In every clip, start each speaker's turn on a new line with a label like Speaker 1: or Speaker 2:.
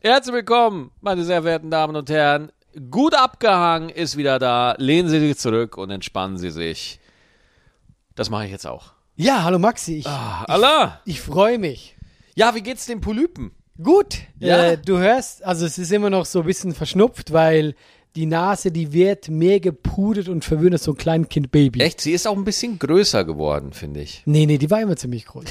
Speaker 1: Herzlich willkommen, meine sehr verehrten Damen und Herren. Gut abgehangen ist wieder da. Lehnen Sie sich zurück und entspannen Sie sich. Das mache ich jetzt auch.
Speaker 2: Ja, hallo Maxi. Ich,
Speaker 1: Ah, Allah!
Speaker 2: ich freue mich.
Speaker 1: Ja, wie geht's den Polypen?
Speaker 2: Gut.
Speaker 1: Ja.
Speaker 2: Äh, du hörst, also es ist immer noch so ein bisschen verschnupft, weil die Nase, die wird mehr gepudert und verwöhnt als so ein Kleinkindbaby.
Speaker 1: Echt, sie ist auch ein bisschen größer geworden, finde ich.
Speaker 2: Nee, nee, die war immer ziemlich groß.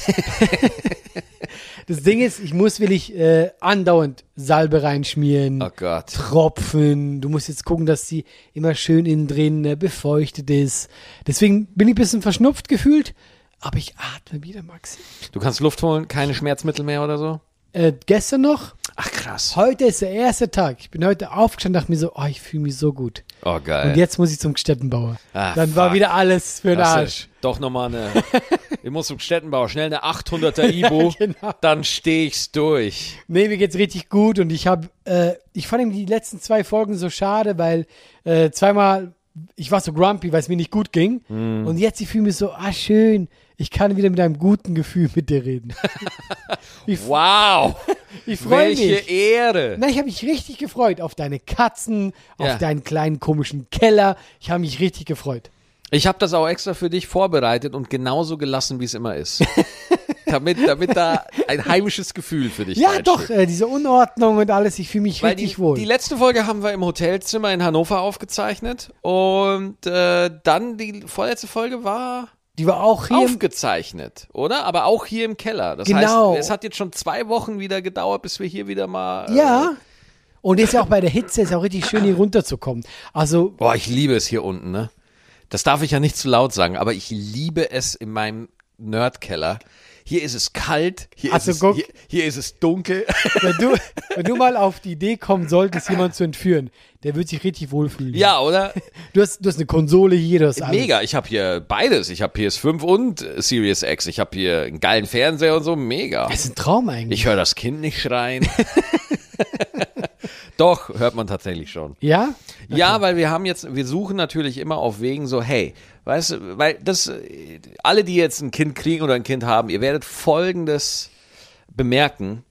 Speaker 2: das Ding ist, ich muss wirklich äh, andauernd Salbe reinschmieren.
Speaker 1: Oh Gott.
Speaker 2: Tropfen, du musst jetzt gucken, dass sie immer schön innen drin äh, befeuchtet ist. Deswegen bin ich ein bisschen verschnupft gefühlt, aber ich atme wieder, Maxi.
Speaker 1: Du kannst Luft holen, keine Schmerzmittel mehr oder so?
Speaker 2: Äh, gestern noch
Speaker 1: Ach krass.
Speaker 2: Heute ist der erste Tag. Ich bin heute aufgestanden, dachte mir so, oh, ich fühle mich so gut.
Speaker 1: Oh geil.
Speaker 2: Und jetzt muss ich zum Städtenbauer.
Speaker 1: Ah,
Speaker 2: Dann war
Speaker 1: fuck.
Speaker 2: wieder alles für den
Speaker 1: Lasse,
Speaker 2: Arsch.
Speaker 1: Doch nochmal eine. ich muss zum Städtenbau. Schnell eine 800er Ibo.
Speaker 2: genau.
Speaker 1: Dann stehe ich's durch.
Speaker 2: Nee, mir geht's richtig gut und ich habe, äh, ich fand eben die letzten zwei Folgen so schade, weil äh, zweimal ich war so grumpy, weil es mir nicht gut ging.
Speaker 1: Hm.
Speaker 2: Und jetzt ich fühle mich so, ah schön, ich kann wieder mit einem guten Gefühl mit dir reden.
Speaker 1: Wow.
Speaker 2: Ich freue
Speaker 1: Welche E-
Speaker 2: mich.
Speaker 1: Ehre.
Speaker 2: Na, ich habe mich richtig gefreut auf deine Katzen, auf
Speaker 1: Ja.
Speaker 2: deinen kleinen komischen Keller. Ich habe mich richtig gefreut.
Speaker 1: Ich habe das auch extra für dich vorbereitet und genauso gelassen, wie es immer ist. damit, damit da ein heimisches Gefühl für dich
Speaker 2: Ja,
Speaker 1: reinsteht.
Speaker 2: doch, äh, diese Unordnung und alles, ich fühle mich
Speaker 1: Weil
Speaker 2: richtig
Speaker 1: die,
Speaker 2: wohl.
Speaker 1: die letzte Folge haben wir im Hotelzimmer in Hannover aufgezeichnet und äh, dann die vorletzte Folge war
Speaker 2: Die war auch hier. im-
Speaker 1: aufgezeichnet, oder? Aber auch hier im Keller. Das
Speaker 2: Genau.
Speaker 1: heißt, es hat jetzt schon zwei Wochen wieder gedauert, bis wir hier wieder mal. Äh,
Speaker 2: ja. Und jetzt auch bei der Hitze ist auch richtig schön, hier runterzukommen. Also,
Speaker 1: Boah, ich liebe es hier unten, ne? Das darf ich ja nicht zu laut sagen, aber ich liebe es in meinem Nerdkeller. Hier ist es kalt, hier,
Speaker 2: Also
Speaker 1: ist, es,
Speaker 2: guck.
Speaker 1: hier, hier ist es dunkel.
Speaker 2: wenn du, wenn du mal auf die Idee kommen solltest, jemanden zu entführen, der wird sich richtig wohlfühlen.
Speaker 1: ja, oder?
Speaker 2: Du hast, du hast eine Konsole hier, du hast alles.
Speaker 1: Mega, ich habe hier beides. Ich habe PS5 und äh, Series X. Ich habe hier einen geilen Fernseher und so. Mega.
Speaker 2: Das ist ein Traum eigentlich.
Speaker 1: Ich höre das Kind nicht schreien. Doch, hört man tatsächlich schon.
Speaker 2: ja?
Speaker 1: Ja, weil wir haben jetzt, wir suchen natürlich immer auf Wegen so, hey, weißt du, weil das, äh, alle, die jetzt ein Kind kriegen oder ein Kind haben, ihr werdet Folgendes bemerken.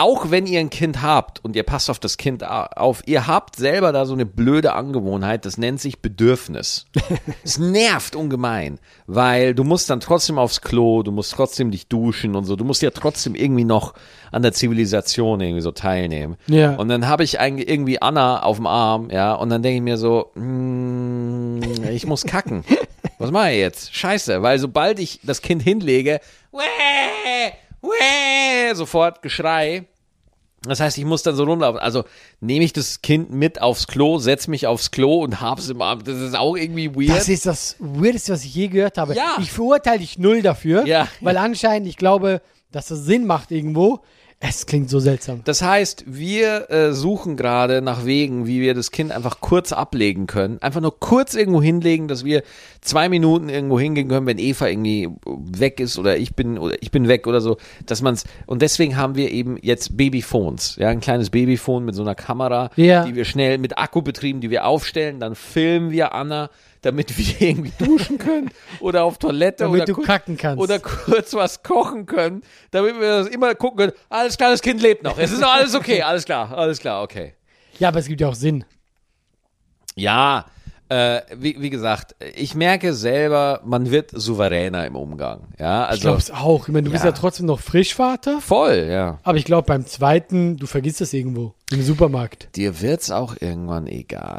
Speaker 1: Auch wenn ihr ein Kind habt und ihr passt auf das Kind a- auf, ihr habt selber da so eine blöde Angewohnheit, das nennt sich Bedürfnis. Es nervt ungemein, weil du musst dann trotzdem aufs Klo, du musst trotzdem dich duschen und so, du musst ja trotzdem irgendwie noch an der Zivilisation irgendwie so teilnehmen.
Speaker 2: Ja.
Speaker 1: Und dann habe ich eigentlich irgendwie Anna auf dem Arm, ja, und dann denke ich mir so, mm, ich muss kacken. Was mache ich jetzt? Scheiße, weil sobald ich das Kind hinlege, wäh, wäh, sofort Geschrei. Das heißt, ich muss dann so rumlaufen. Also nehme ich das Kind mit aufs Klo, setze mich aufs Klo und hab's im Arm. Das ist auch irgendwie weird.
Speaker 2: Das ist das Weirdeste, was ich je gehört habe.
Speaker 1: Ja.
Speaker 2: Ich verurteile dich null dafür,
Speaker 1: Ja.
Speaker 2: weil anscheinend, ich glaube, dass das Sinn macht irgendwo. Es klingt so seltsam.
Speaker 1: Das heißt, wir äh, suchen gerade nach Wegen, wie wir das Kind einfach kurz ablegen können. Einfach nur kurz irgendwo hinlegen, dass wir zwei Minuten irgendwo hingehen können, wenn Eva irgendwie weg ist oder ich bin oder ich bin weg oder so, dass man's. Und deswegen haben wir eben jetzt Babyphones, ja, ein kleines Babyphone mit so einer Kamera,
Speaker 2: Ja.
Speaker 1: die wir schnell mit Akku betrieben, die wir aufstellen, dann filmen wir Anna, damit wir irgendwie duschen können oder auf Toilette
Speaker 2: Damit
Speaker 1: oder
Speaker 2: du
Speaker 1: kurz-
Speaker 2: kacken kannst.
Speaker 1: oder kurz was kochen können, damit wir das immer gucken können. Alles klar, das Kind lebt noch. Es ist noch alles okay, alles klar, alles klar, okay.
Speaker 2: Ja, aber es gibt ja auch Sinn.
Speaker 1: Ja, äh, wie, wie gesagt, ich merke selber, man wird souveräner im Umgang. Ja,
Speaker 2: Ich
Speaker 1: also
Speaker 2: glaube es auch. Ich meine, du bist
Speaker 1: Ja.
Speaker 2: ja trotzdem noch Frischvater.
Speaker 1: voll, ja.
Speaker 2: Aber ich glaube, beim zweiten, du vergisst das irgendwo. Im Supermarkt.
Speaker 1: Dir wird's auch irgendwann egal.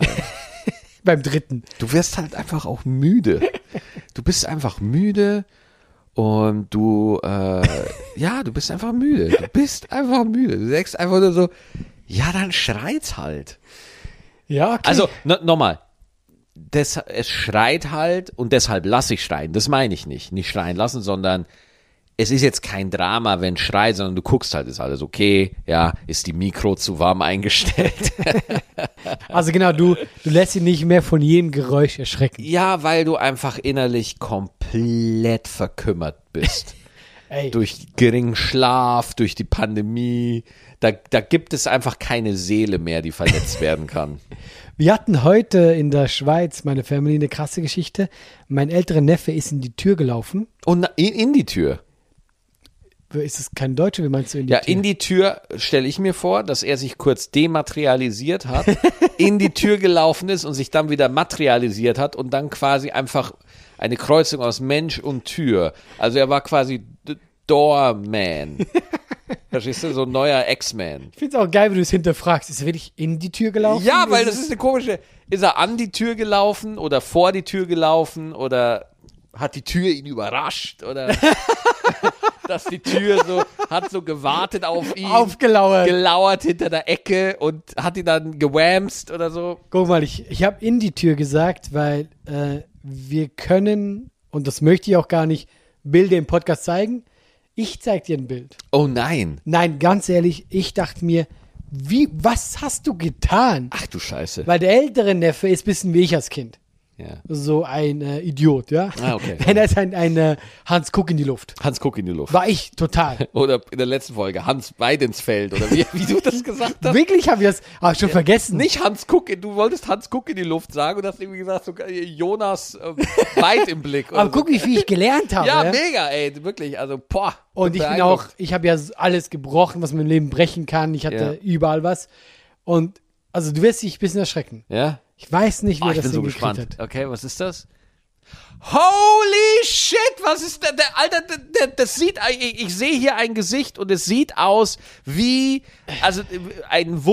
Speaker 2: Beim dritten.
Speaker 1: Du wirst halt einfach auch müde. Du bist einfach müde und du, äh, ja, du bist einfach müde. Du bist einfach müde. Du denkst einfach nur so, ja, dann schreit's halt.
Speaker 2: Ja, okay.
Speaker 1: Also, no, nochmal. Des, es schreit halt und deshalb lasse ich schreien. Das meine ich nicht. Nicht schreien lassen, sondern es ist jetzt kein Drama, wenn schreit, sondern du guckst halt, ist alles okay, ja, ist die Mikro zu warm eingestellt.
Speaker 2: also genau, du, du lässt dich nicht mehr von jedem Geräusch erschrecken.
Speaker 1: ja, weil du einfach innerlich komplett verkümmert bist.
Speaker 2: Ey,
Speaker 1: durch geringen Schlaf, durch die Pandemie. Da, da gibt es einfach keine Seele mehr, die verletzt werden kann.
Speaker 2: wir hatten heute in der Schweiz, meine Family, eine krasse Geschichte. Mein älterer Neffe ist in die Tür gelaufen.
Speaker 1: Und na- in, in die Tür.
Speaker 2: Ist das kein Deutscher? Wie meinst du in die
Speaker 1: Ja,
Speaker 2: Tür?
Speaker 1: in die Tür stelle ich mir vor, dass er sich kurz dematerialisiert hat, in die Tür gelaufen ist und sich dann wieder materialisiert hat und dann quasi einfach eine Kreuzung aus Mensch und Tür. Also er war quasi D Doorman. Verstehst du? So ein neuer X-Man.
Speaker 2: Ich finde es auch geil, wenn du es hinterfragst. Ist er wirklich in die Tür gelaufen?
Speaker 1: Ja, weil
Speaker 2: Ist
Speaker 1: das ist eine komische. Ist er an die Tür gelaufen oder vor die Tür gelaufen oder hat die Tür ihn überrascht oder dass die Tür so hat so gewartet auf ihn.
Speaker 2: es aufgelauert.
Speaker 1: gelauert hinter der Ecke und hat ihn dann gewamst oder so.
Speaker 2: Guck mal, ich, ich habe in die Tür gesagt, weil äh, wir können, und das möchte ich auch gar nicht, Bilder im Podcast zeigen. Ich zeig dir ein Bild.
Speaker 1: Oh nein.
Speaker 2: Nein, ganz ehrlich, ich dachte mir, wie, was hast du getan?
Speaker 1: Ach du Scheiße.
Speaker 2: Weil der ältere Neffe ist ein bisschen wie ich als Kind.
Speaker 1: Ja.
Speaker 2: So ein äh, Idiot, ja?
Speaker 1: Ah, okay.
Speaker 2: Nein, er ist ein, ein äh, Hans Kuck in die Luft.
Speaker 1: Hans guck in die Luft.
Speaker 2: War ich total.
Speaker 1: Oder in der letzten Folge Hans Weidensfeld oder wie, wie du das gesagt hast.
Speaker 2: Wirklich habe ich das ah, schon vergessen.
Speaker 1: Nicht Hans Kuck, in- du wolltest Hans Kuck in die Luft sagen und hast irgendwie gesagt, so, äh, Jonas äh, Weit im Blick. oder
Speaker 2: Aber guck, wie viel ich gelernt
Speaker 1: so.
Speaker 2: habe.
Speaker 1: Ja,
Speaker 2: ja?
Speaker 1: mega, ey, wirklich. Also, boah.
Speaker 2: Und ich bin auch,
Speaker 1: beeindruckt.
Speaker 2: ich habe ja alles gebrochen, was man im Leben brechen kann. Ich hatte überall was. Und also du wirst dich ein bisschen erschrecken.
Speaker 1: Ja?
Speaker 2: Ich weiß nicht, wie
Speaker 1: Oh,
Speaker 2: er
Speaker 1: ich
Speaker 2: das
Speaker 1: bin so
Speaker 2: Ding gekriegt
Speaker 1: gespannt.
Speaker 2: hat.
Speaker 1: Okay, was ist das? Holy shit, was ist der, der Alter, der, der, das sieht, ich, ich sehe hier ein Gesicht und es sieht aus wie, also ein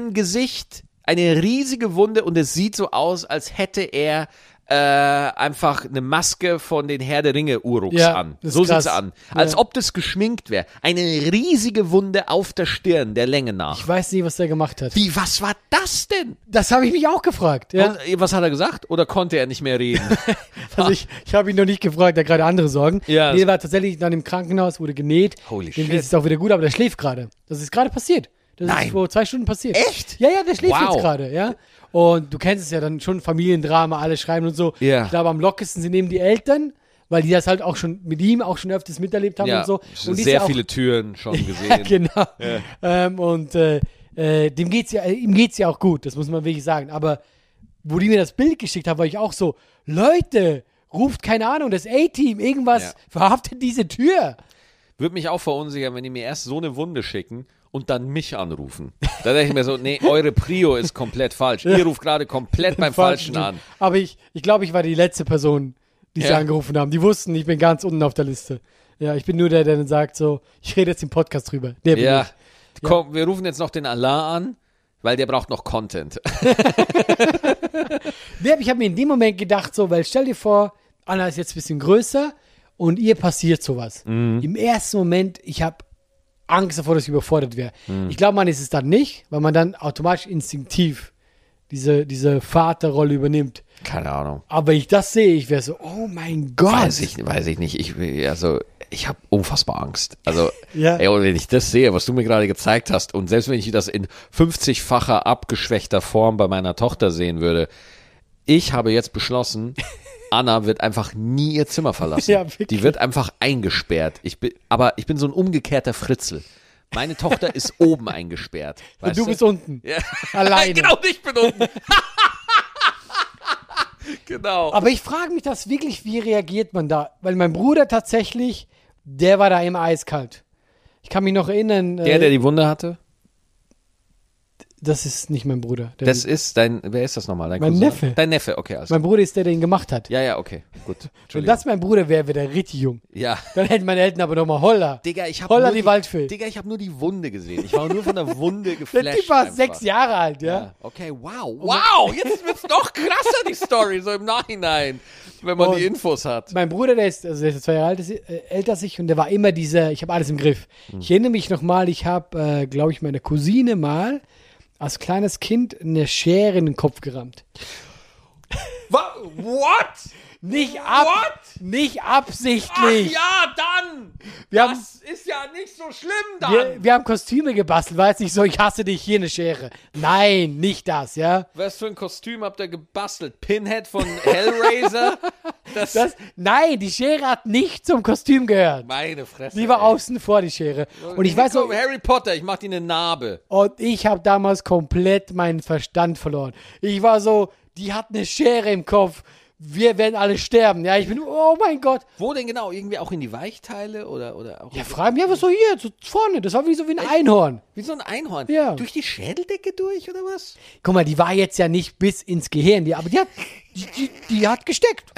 Speaker 1: Wundengesicht, eine riesige Wunde und es sieht so aus, als hätte er äh, einfach eine Maske von den Herr der Ringe Uruks
Speaker 2: Ja,
Speaker 1: an.
Speaker 2: das ist
Speaker 1: So sieht's
Speaker 2: krass.
Speaker 1: an. Als
Speaker 2: Ja.
Speaker 1: ob das geschminkt wäre. Eine riesige Wunde auf der Stirn, der Länge nach.
Speaker 2: Ich weiß nicht, was der gemacht hat.
Speaker 1: Wie, was war das denn?
Speaker 2: Das habe ich mich auch gefragt. Ja?
Speaker 1: Und, äh, was hat er gesagt? Oder konnte er nicht mehr reden?
Speaker 2: Also ich, ich habe ihn noch nicht gefragt, der hat gerade andere Sorgen.
Speaker 1: Ja,
Speaker 2: nee,
Speaker 1: das-
Speaker 2: der war tatsächlich dann im Krankenhaus, wurde genäht.
Speaker 1: Holy
Speaker 2: Dem
Speaker 1: shit.
Speaker 2: geht es auch wieder gut, aber der schläft gerade. Das ist gerade passiert. Das
Speaker 1: Nein.
Speaker 2: ist vor zwei Stunden passiert.
Speaker 1: Echt?
Speaker 2: Ja, ja, der schläft
Speaker 1: Wow.
Speaker 2: jetzt gerade, ja. Und du kennst es ja dann schon, Familiendrama, alle schreiben und so.
Speaker 1: Ja.
Speaker 2: Ich glaube, am lockesten sind eben die Eltern, weil die das halt auch schon mit ihm auch schon öfters miterlebt haben
Speaker 1: ja,
Speaker 2: und so.
Speaker 1: schon
Speaker 2: Und die ist
Speaker 1: sehr
Speaker 2: ja auch,
Speaker 1: viele Türen schon gesehen.
Speaker 2: Ja, genau. Ähm, und äh, äh, dem geht's ja, äh, ihm geht's ja auch gut, das muss man wirklich sagen. Aber wo die mir das Bild geschickt haben, war ich auch so, Leute, ruft, keine Ahnung, das A-Team, irgendwas,
Speaker 1: Ja.
Speaker 2: verhaftet diese Tür.
Speaker 1: Würde mich auch verunsichern, wenn die mir erst so eine Wunde schicken und dann mich anrufen. Da denke ich mir so, nee, eure Prio ist komplett falsch. Ihr ruft gerade komplett beim Falschen an.
Speaker 2: Aber ich, ich glaube, ich war die letzte Person, die sie
Speaker 1: Ja.
Speaker 2: angerufen haben. Die wussten, ich bin ganz unten auf der Liste. Ja, ich bin nur der, der dann sagt so, ich rede jetzt im Podcast drüber. Der bin
Speaker 1: Ja,
Speaker 2: ich.
Speaker 1: komm, wir rufen jetzt noch den Alain an, weil der braucht noch Content.
Speaker 2: Nee, aber Ich habe mir in dem Moment gedacht, so, weil stell dir vor, Anna ist jetzt ein bisschen größer und ihr passiert sowas.
Speaker 1: Mhm.
Speaker 2: Im ersten Moment, ich habe Angst davor, dass ich überfordert wäre.
Speaker 1: Mhm.
Speaker 2: Ich glaube, man ist es dann nicht, weil man dann automatisch instinktiv diese, diese Vaterrolle übernimmt.
Speaker 1: Keine Ahnung.
Speaker 2: Aber wenn ich das sehe, ich wäre so, oh mein Gott.
Speaker 1: Weiß ich, weiß ich nicht. Ich, also, ich habe unfassbar Angst. Also,
Speaker 2: Ja.
Speaker 1: ey, und wenn ich das sehe, was du mir gerade gezeigt hast, und selbst wenn ich das in 50-facher abgeschwächter Form bei meiner Tochter sehen würde, ich habe jetzt beschlossen, Anna wird einfach nie ihr Zimmer verlassen.
Speaker 2: Ja, wirklich.
Speaker 1: Die wird einfach eingesperrt. Ich bin, aber ich bin so ein umgekehrter Fritzel. Meine Tochter ist oben eingesperrt.
Speaker 2: Und
Speaker 1: weißt
Speaker 2: du bist unten.
Speaker 1: Ja.
Speaker 2: Alleine.
Speaker 1: genau, ich bin unten. genau.
Speaker 2: Aber ich frage mich das wirklich, wie reagiert man da? Weil mein Bruder tatsächlich, der war da immer eiskalt. Ich kann mich noch erinnern,
Speaker 1: der,
Speaker 2: äh,
Speaker 1: der die Wunde hatte?
Speaker 2: das ist nicht mein Bruder. Der
Speaker 1: Das ist dein, wer ist das nochmal? Dein
Speaker 2: Mein
Speaker 1: Cousin?
Speaker 2: Neffe.
Speaker 1: Dein Neffe, okay, alles
Speaker 2: mein Bruder ist der, der ihn gemacht hat.
Speaker 1: klar. Ja, ja, okay, gut.
Speaker 2: Wenn
Speaker 1: Entschuldigung.
Speaker 2: das mein Bruder wäre, wäre der richtig jung.
Speaker 1: ja.
Speaker 2: Dann hätten meine Eltern aber nochmal Holla.
Speaker 1: Digga, ich habe
Speaker 2: Holla
Speaker 1: nur
Speaker 2: die Waldfee.
Speaker 1: Digga, ich habe nur die Wunde gesehen. Ich war nur von der Wunde
Speaker 2: Der
Speaker 1: geflasht.
Speaker 2: Typ war
Speaker 1: einfach.
Speaker 2: sechs Jahre alt, ja.
Speaker 1: Ja, Okay, wow. Wow, jetzt wird's noch krasser die Story so im Nachhinein, wenn man
Speaker 2: Und-
Speaker 1: die Infos hat.
Speaker 2: Mein Bruder, der ist, also der ist zwei Jahre alt, ist, äh, älter als ich und der war immer dieser, ich habe alles im Griff.
Speaker 1: Hm.
Speaker 2: Ich erinnere mich nochmal, ich habe, äh, glaube ich, meiner Cousine mal als kleines Kind eine Schere in den Kopf gerammt.
Speaker 1: Wa- What?
Speaker 2: Nicht ab,
Speaker 1: What?
Speaker 2: nicht
Speaker 1: Ach
Speaker 2: absichtlich.
Speaker 1: ja, dann.
Speaker 2: Wir haben-
Speaker 1: das ist ja nicht so schlimm dann.
Speaker 2: wir, wir haben Kostüme gebastelt, war jetzt nicht so, ich hasse dich, hier eine Schere. Nein, nicht das, ja.
Speaker 1: Was für ein Kostüm habt ihr gebastelt? Pinhead von Hellraiser? Das,
Speaker 2: Das, nein, die Schere hat nicht zum Kostüm gehört.
Speaker 1: meine Fresse.
Speaker 2: Die war
Speaker 1: ey.
Speaker 2: außen vor, die Schere. Und ich weiß
Speaker 1: Nico,
Speaker 2: noch,
Speaker 1: Harry Potter, ich mach dir eine Narbe.
Speaker 2: und ich habe damals komplett meinen Verstand verloren. Ich war so, die hat eine Schere im Kopf. wir werden alle sterben. Ja, ich bin, oh mein Gott.
Speaker 1: Wo denn genau? Irgendwie auch in die Weichteile oder, oder auch
Speaker 2: Ja, frag mich einfach so hier, so vorne. Das war wie so wie ein Einhorn.
Speaker 1: wie so ein Einhorn.
Speaker 2: Ja.
Speaker 1: Durch die Schädeldecke durch oder was?
Speaker 2: Guck mal, die war jetzt ja nicht bis ins Gehirn, die, aber die hat, die, die, die hat gesteckt.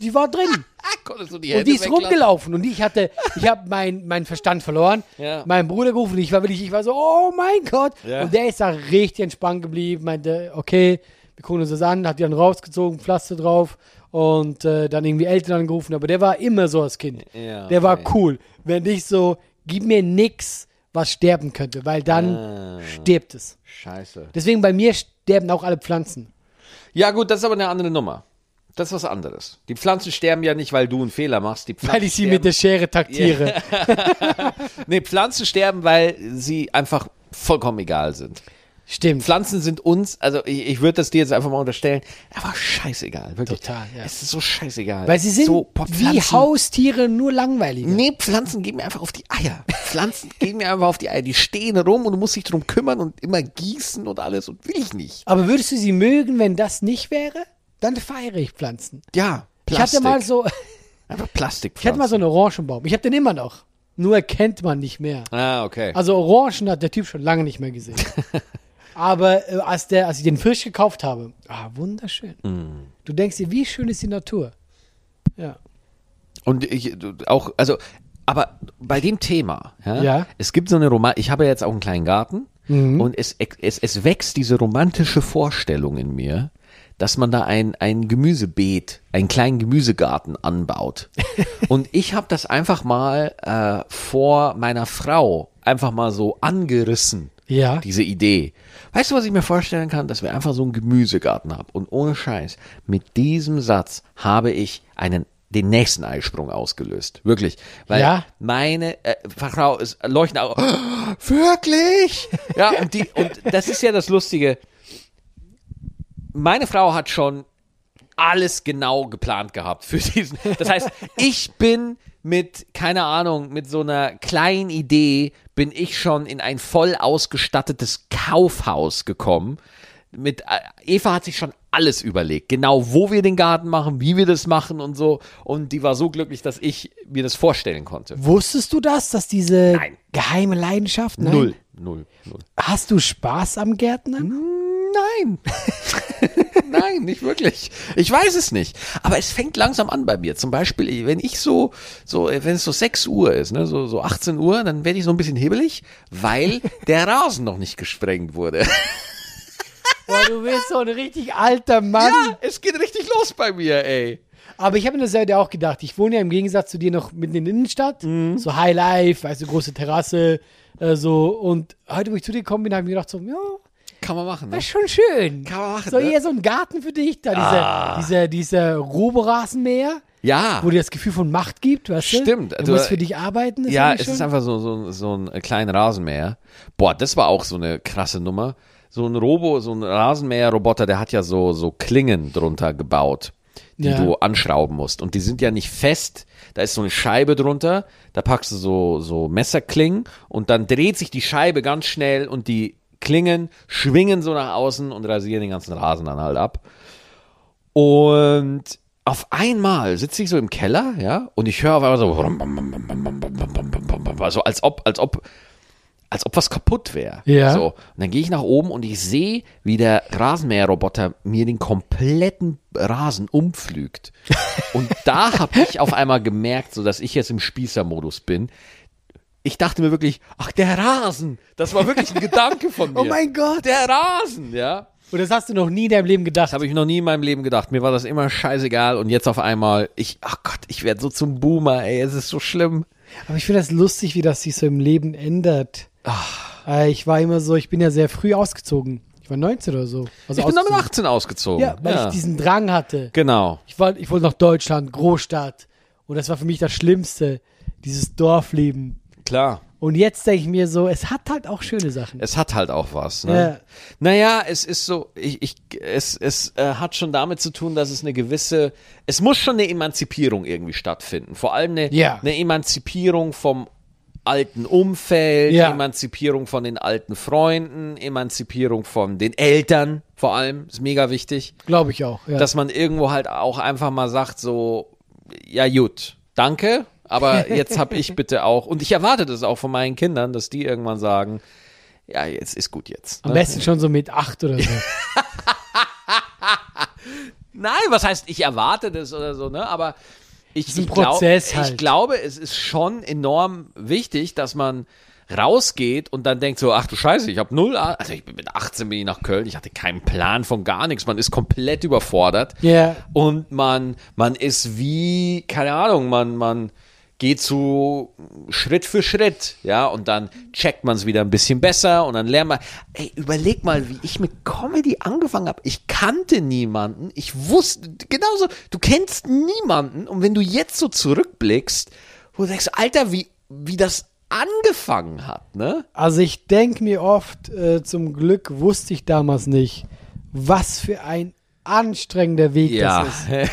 Speaker 2: Die war drin.
Speaker 1: Ah, konntest du die
Speaker 2: Und die ist
Speaker 1: weglassen?
Speaker 2: rumgelaufen und ich hatte, ich habe meinen mein Verstand verloren,
Speaker 1: Ja.
Speaker 2: meinen Bruder gerufen, ich war wirklich, ich war so, oh mein Gott.
Speaker 1: Ja.
Speaker 2: Und der ist da richtig entspannt geblieben, meinte, okay, wir gucken uns das an, hat die dann rausgezogen, Pflaster drauf und äh, dann irgendwie Eltern angerufen, aber der war immer so als Kind.
Speaker 1: Ja,
Speaker 2: Der war
Speaker 1: okay.
Speaker 2: cool. Wenn nicht so, gib mir nix, was sterben könnte, weil dann
Speaker 1: Ah.
Speaker 2: stirbt es.
Speaker 1: Scheiße.
Speaker 2: Deswegen bei mir sterben auch alle Pflanzen.
Speaker 1: Ja, gut, das ist aber eine andere Nummer. Das ist was anderes. Die Pflanzen sterben ja nicht, weil du einen Fehler machst. Die Pflanzen
Speaker 2: Weil ich sie mit der Schere taktiere.
Speaker 1: nee, Pflanzen sterben, weil sie einfach vollkommen egal sind.
Speaker 2: Stimmt.
Speaker 1: Pflanzen sind uns, also ich, ich würde das dir jetzt einfach mal unterstellen, aber scheißegal, wirklich.
Speaker 2: Total, ja.
Speaker 1: Es ist so scheißegal.
Speaker 2: Weil sie sind
Speaker 1: so, boah,
Speaker 2: wie
Speaker 1: Pflanzen-
Speaker 2: Haustiere, nur langweilig.
Speaker 1: Nee, Pflanzen gehen mir einfach auf die Eier. Pflanzen gehen mir einfach auf die Eier. Die stehen rum und du musst dich drum kümmern und immer gießen und alles und will ich nicht.
Speaker 2: Aber würdest du sie mögen, wenn das nicht wäre? Dann feiere ich Pflanzen.
Speaker 1: Ja,
Speaker 2: Ich hatte mal so,
Speaker 1: einfach Plastik.
Speaker 2: ich hatte mal so einen Orangenbaum. Ich habe den immer noch. Nur kennt man nicht mehr.
Speaker 1: Ah, okay.
Speaker 2: Also Orangen hat der Typ schon lange nicht mehr gesehen. Aber äh, als, der, als ich den frisch gekauft habe, ah, wunderschön. Du denkst dir, wie schön ist die Natur. Ja.
Speaker 1: Und ich du- auch, also, aber bei dem Thema, ja,
Speaker 2: Ja.
Speaker 1: es gibt so eine Roman, ich habe ja jetzt auch einen kleinen Garten und es, es, es wächst diese romantische Vorstellung in mir, dass man da ein, ein Gemüsebeet, einen kleinen Gemüsegarten anbaut. und ich habe das einfach mal äh, vor meiner Frau einfach mal so angerissen.
Speaker 2: Ja.
Speaker 1: Diese Idee. Weißt du, was ich mir vorstellen kann? Dass wir einfach so einen Gemüsegarten haben. Und ohne Scheiß, mit diesem Satz habe ich einen den nächsten Eisprung ausgelöst. Wirklich. Weil
Speaker 2: Ja.
Speaker 1: meine äh, Frau ist leuchten auch. wirklich? Ja, und die, und das ist ja das Lustige. Meine Frau hat schon alles genau geplant gehabt für diesen. Das heißt, ich bin mit, keine Ahnung, mit so einer kleinen Idee, bin ich schon in ein voll ausgestattetes Kaufhaus gekommen. Mit äh, Eva hat sich schon alles überlegt, genau wo wir den Garten machen, wie wir das machen und so. Und die war so glücklich, dass ich mir das vorstellen konnte.
Speaker 2: Wusstest du das, dass diese
Speaker 1: Nein.
Speaker 2: geheime Leidenschaft? Nein?
Speaker 1: Null, null, null.
Speaker 2: Hast du Spaß am Gärtnern?
Speaker 1: Nein. Nein, nicht wirklich. Ich weiß es nicht. Aber es fängt langsam an bei mir. Zum Beispiel, wenn ich so, so äh, wenn es so 6 Uhr ist, ne, so, so 18 Uhr, dann werde ich so ein bisschen hibbelig, weil der Rasen noch nicht gesprengt wurde.
Speaker 2: Boah, du bist so ein richtig alter Mann.
Speaker 1: ja, es geht richtig los bei mir, ey.
Speaker 2: Aber ich habe mir das ja auch gedacht. Ich wohne ja im Gegensatz zu dir noch mitten in der Innenstadt.
Speaker 1: Mhm.
Speaker 2: So High Life, weißt du, große Terrasse, äh, so. Und heute, wo ich zu dir gekommen bin, habe ich mir gedacht, so, ja,
Speaker 1: Kann man machen, ne?
Speaker 2: das ist schon schön.
Speaker 1: Kann man machen,
Speaker 2: So
Speaker 1: ne?
Speaker 2: hier so ein Garten für dich, da dieser,
Speaker 1: Ah.
Speaker 2: dieser, dieser Roborasenmäher,
Speaker 1: Ja.
Speaker 2: wo dir das Gefühl von Macht gibt, weißt du?
Speaker 1: Stimmt,
Speaker 2: Du
Speaker 1: also-
Speaker 2: musst für dich arbeiten. das
Speaker 1: Ja,
Speaker 2: finde ich
Speaker 1: es ist
Speaker 2: schon.
Speaker 1: einfach so, so, so ein kleiner Rasenmäher. Boah, das war auch so eine krasse Nummer. So ein Robo, so ein Rasenmäher-Roboter, der hat ja so, so Klingen drunter gebaut, die
Speaker 2: Ja.
Speaker 1: du anschrauben musst. Und die sind ja nicht fest. Da ist so eine Scheibe drunter, da packst du so, so Messerklingen und dann dreht sich die Scheibe ganz schnell und die Klingen schwingen so nach außen und rasieren den ganzen Rasen dann halt ab. Und auf einmal sitze ich so im Keller, ja, und ich höre auf einmal so, rum, bum, bum, bum, bum, bum, bum, bum, bum, bum, bum, bum, so als ob, als ob, als ob was kaputt wäre.
Speaker 2: Ja.
Speaker 1: So. Und dann gehe ich nach oben und ich sehe, wie der Rasenmäherroboter mir den kompletten Rasen umflügt. Und da habe ich auf einmal gemerkt, so dass ich jetzt im Spießermodus bin. Ich dachte mir wirklich, ach, der Rasen, das war wirklich ein Gedanke von mir.
Speaker 2: Oh mein Gott.
Speaker 1: Der Rasen, ja.
Speaker 2: Und das hast du noch nie in deinem Leben gedacht.
Speaker 1: Das habe ich noch nie in meinem Leben gedacht. Mir war das immer scheißegal und jetzt auf einmal, ich, ach Gott, ich werde so zum Boomer, ey, es ist so schlimm.
Speaker 2: Aber ich finde das lustig, wie das sich so im Leben ändert.
Speaker 1: Ah.
Speaker 2: Äh, ich war immer so, ich bin ja sehr früh ausgezogen. Ich war 19 oder so. Also
Speaker 1: ich bin dann mit
Speaker 2: ausgezogen.
Speaker 1: 18 ausgezogen.
Speaker 2: Ja, weil ich diesen Drang hatte.
Speaker 1: genau.
Speaker 2: Ich, war, ich wollte nach Deutschland, Großstadt. Und das war für mich das Schlimmste, dieses Dorfleben.
Speaker 1: Klar.
Speaker 2: Und jetzt denke ich mir so, es hat halt auch schöne Sachen.
Speaker 1: Es hat halt auch was. Ne?
Speaker 2: Ja.
Speaker 1: Naja, es ist so, ich, ich, es, es äh, hat schon damit zu tun, dass es eine gewisse, es muss schon eine Emanzipierung irgendwie stattfinden. Vor allem eine,
Speaker 2: Ja.
Speaker 1: eine Emanzipierung vom alten Umfeld,
Speaker 2: Ja.
Speaker 1: Emanzipierung von den alten Freunden, Emanzipierung von den Eltern vor allem, ist mega wichtig.
Speaker 2: Glaube ich auch. Ja.
Speaker 1: Dass man irgendwo halt auch einfach mal sagt, so, ja gut, danke, aber jetzt hab ich bitte auch, und ich erwarte das auch von meinen Kindern, dass die irgendwann sagen, ja, jetzt ist gut jetzt. ne?
Speaker 2: Am besten schon so mit acht oder so.
Speaker 1: Nein, was heißt, ich erwarte das oder so, ne? Aber ich,
Speaker 2: ist ein
Speaker 1: ich, glaub-
Speaker 2: Prozess
Speaker 1: ich
Speaker 2: halt.
Speaker 1: glaube, es ist schon enorm wichtig, dass man rausgeht und dann denkt so, ach du Scheiße, ich habe null, Ah- also ich bin mit 18 bin ich nach Köln, ich hatte keinen Plan von gar nichts, man ist komplett überfordert
Speaker 2: Ja.
Speaker 1: und man, man ist wie, keine Ahnung, man, man geht so Schritt für Schritt, ja, und dann checkt man es wieder ein bisschen besser und dann lernt man, ey, überleg mal, wie ich mit Comedy angefangen habe. Ich kannte niemanden, ich wusste, genauso, du kennst niemanden und wenn du jetzt so zurückblickst, wo du denkst, Alter, wie, wie das angefangen hat, ne?
Speaker 2: Also ich denke mir oft, äh, zum Glück wusste ich damals nicht, was für ein anstrengender Weg das ist.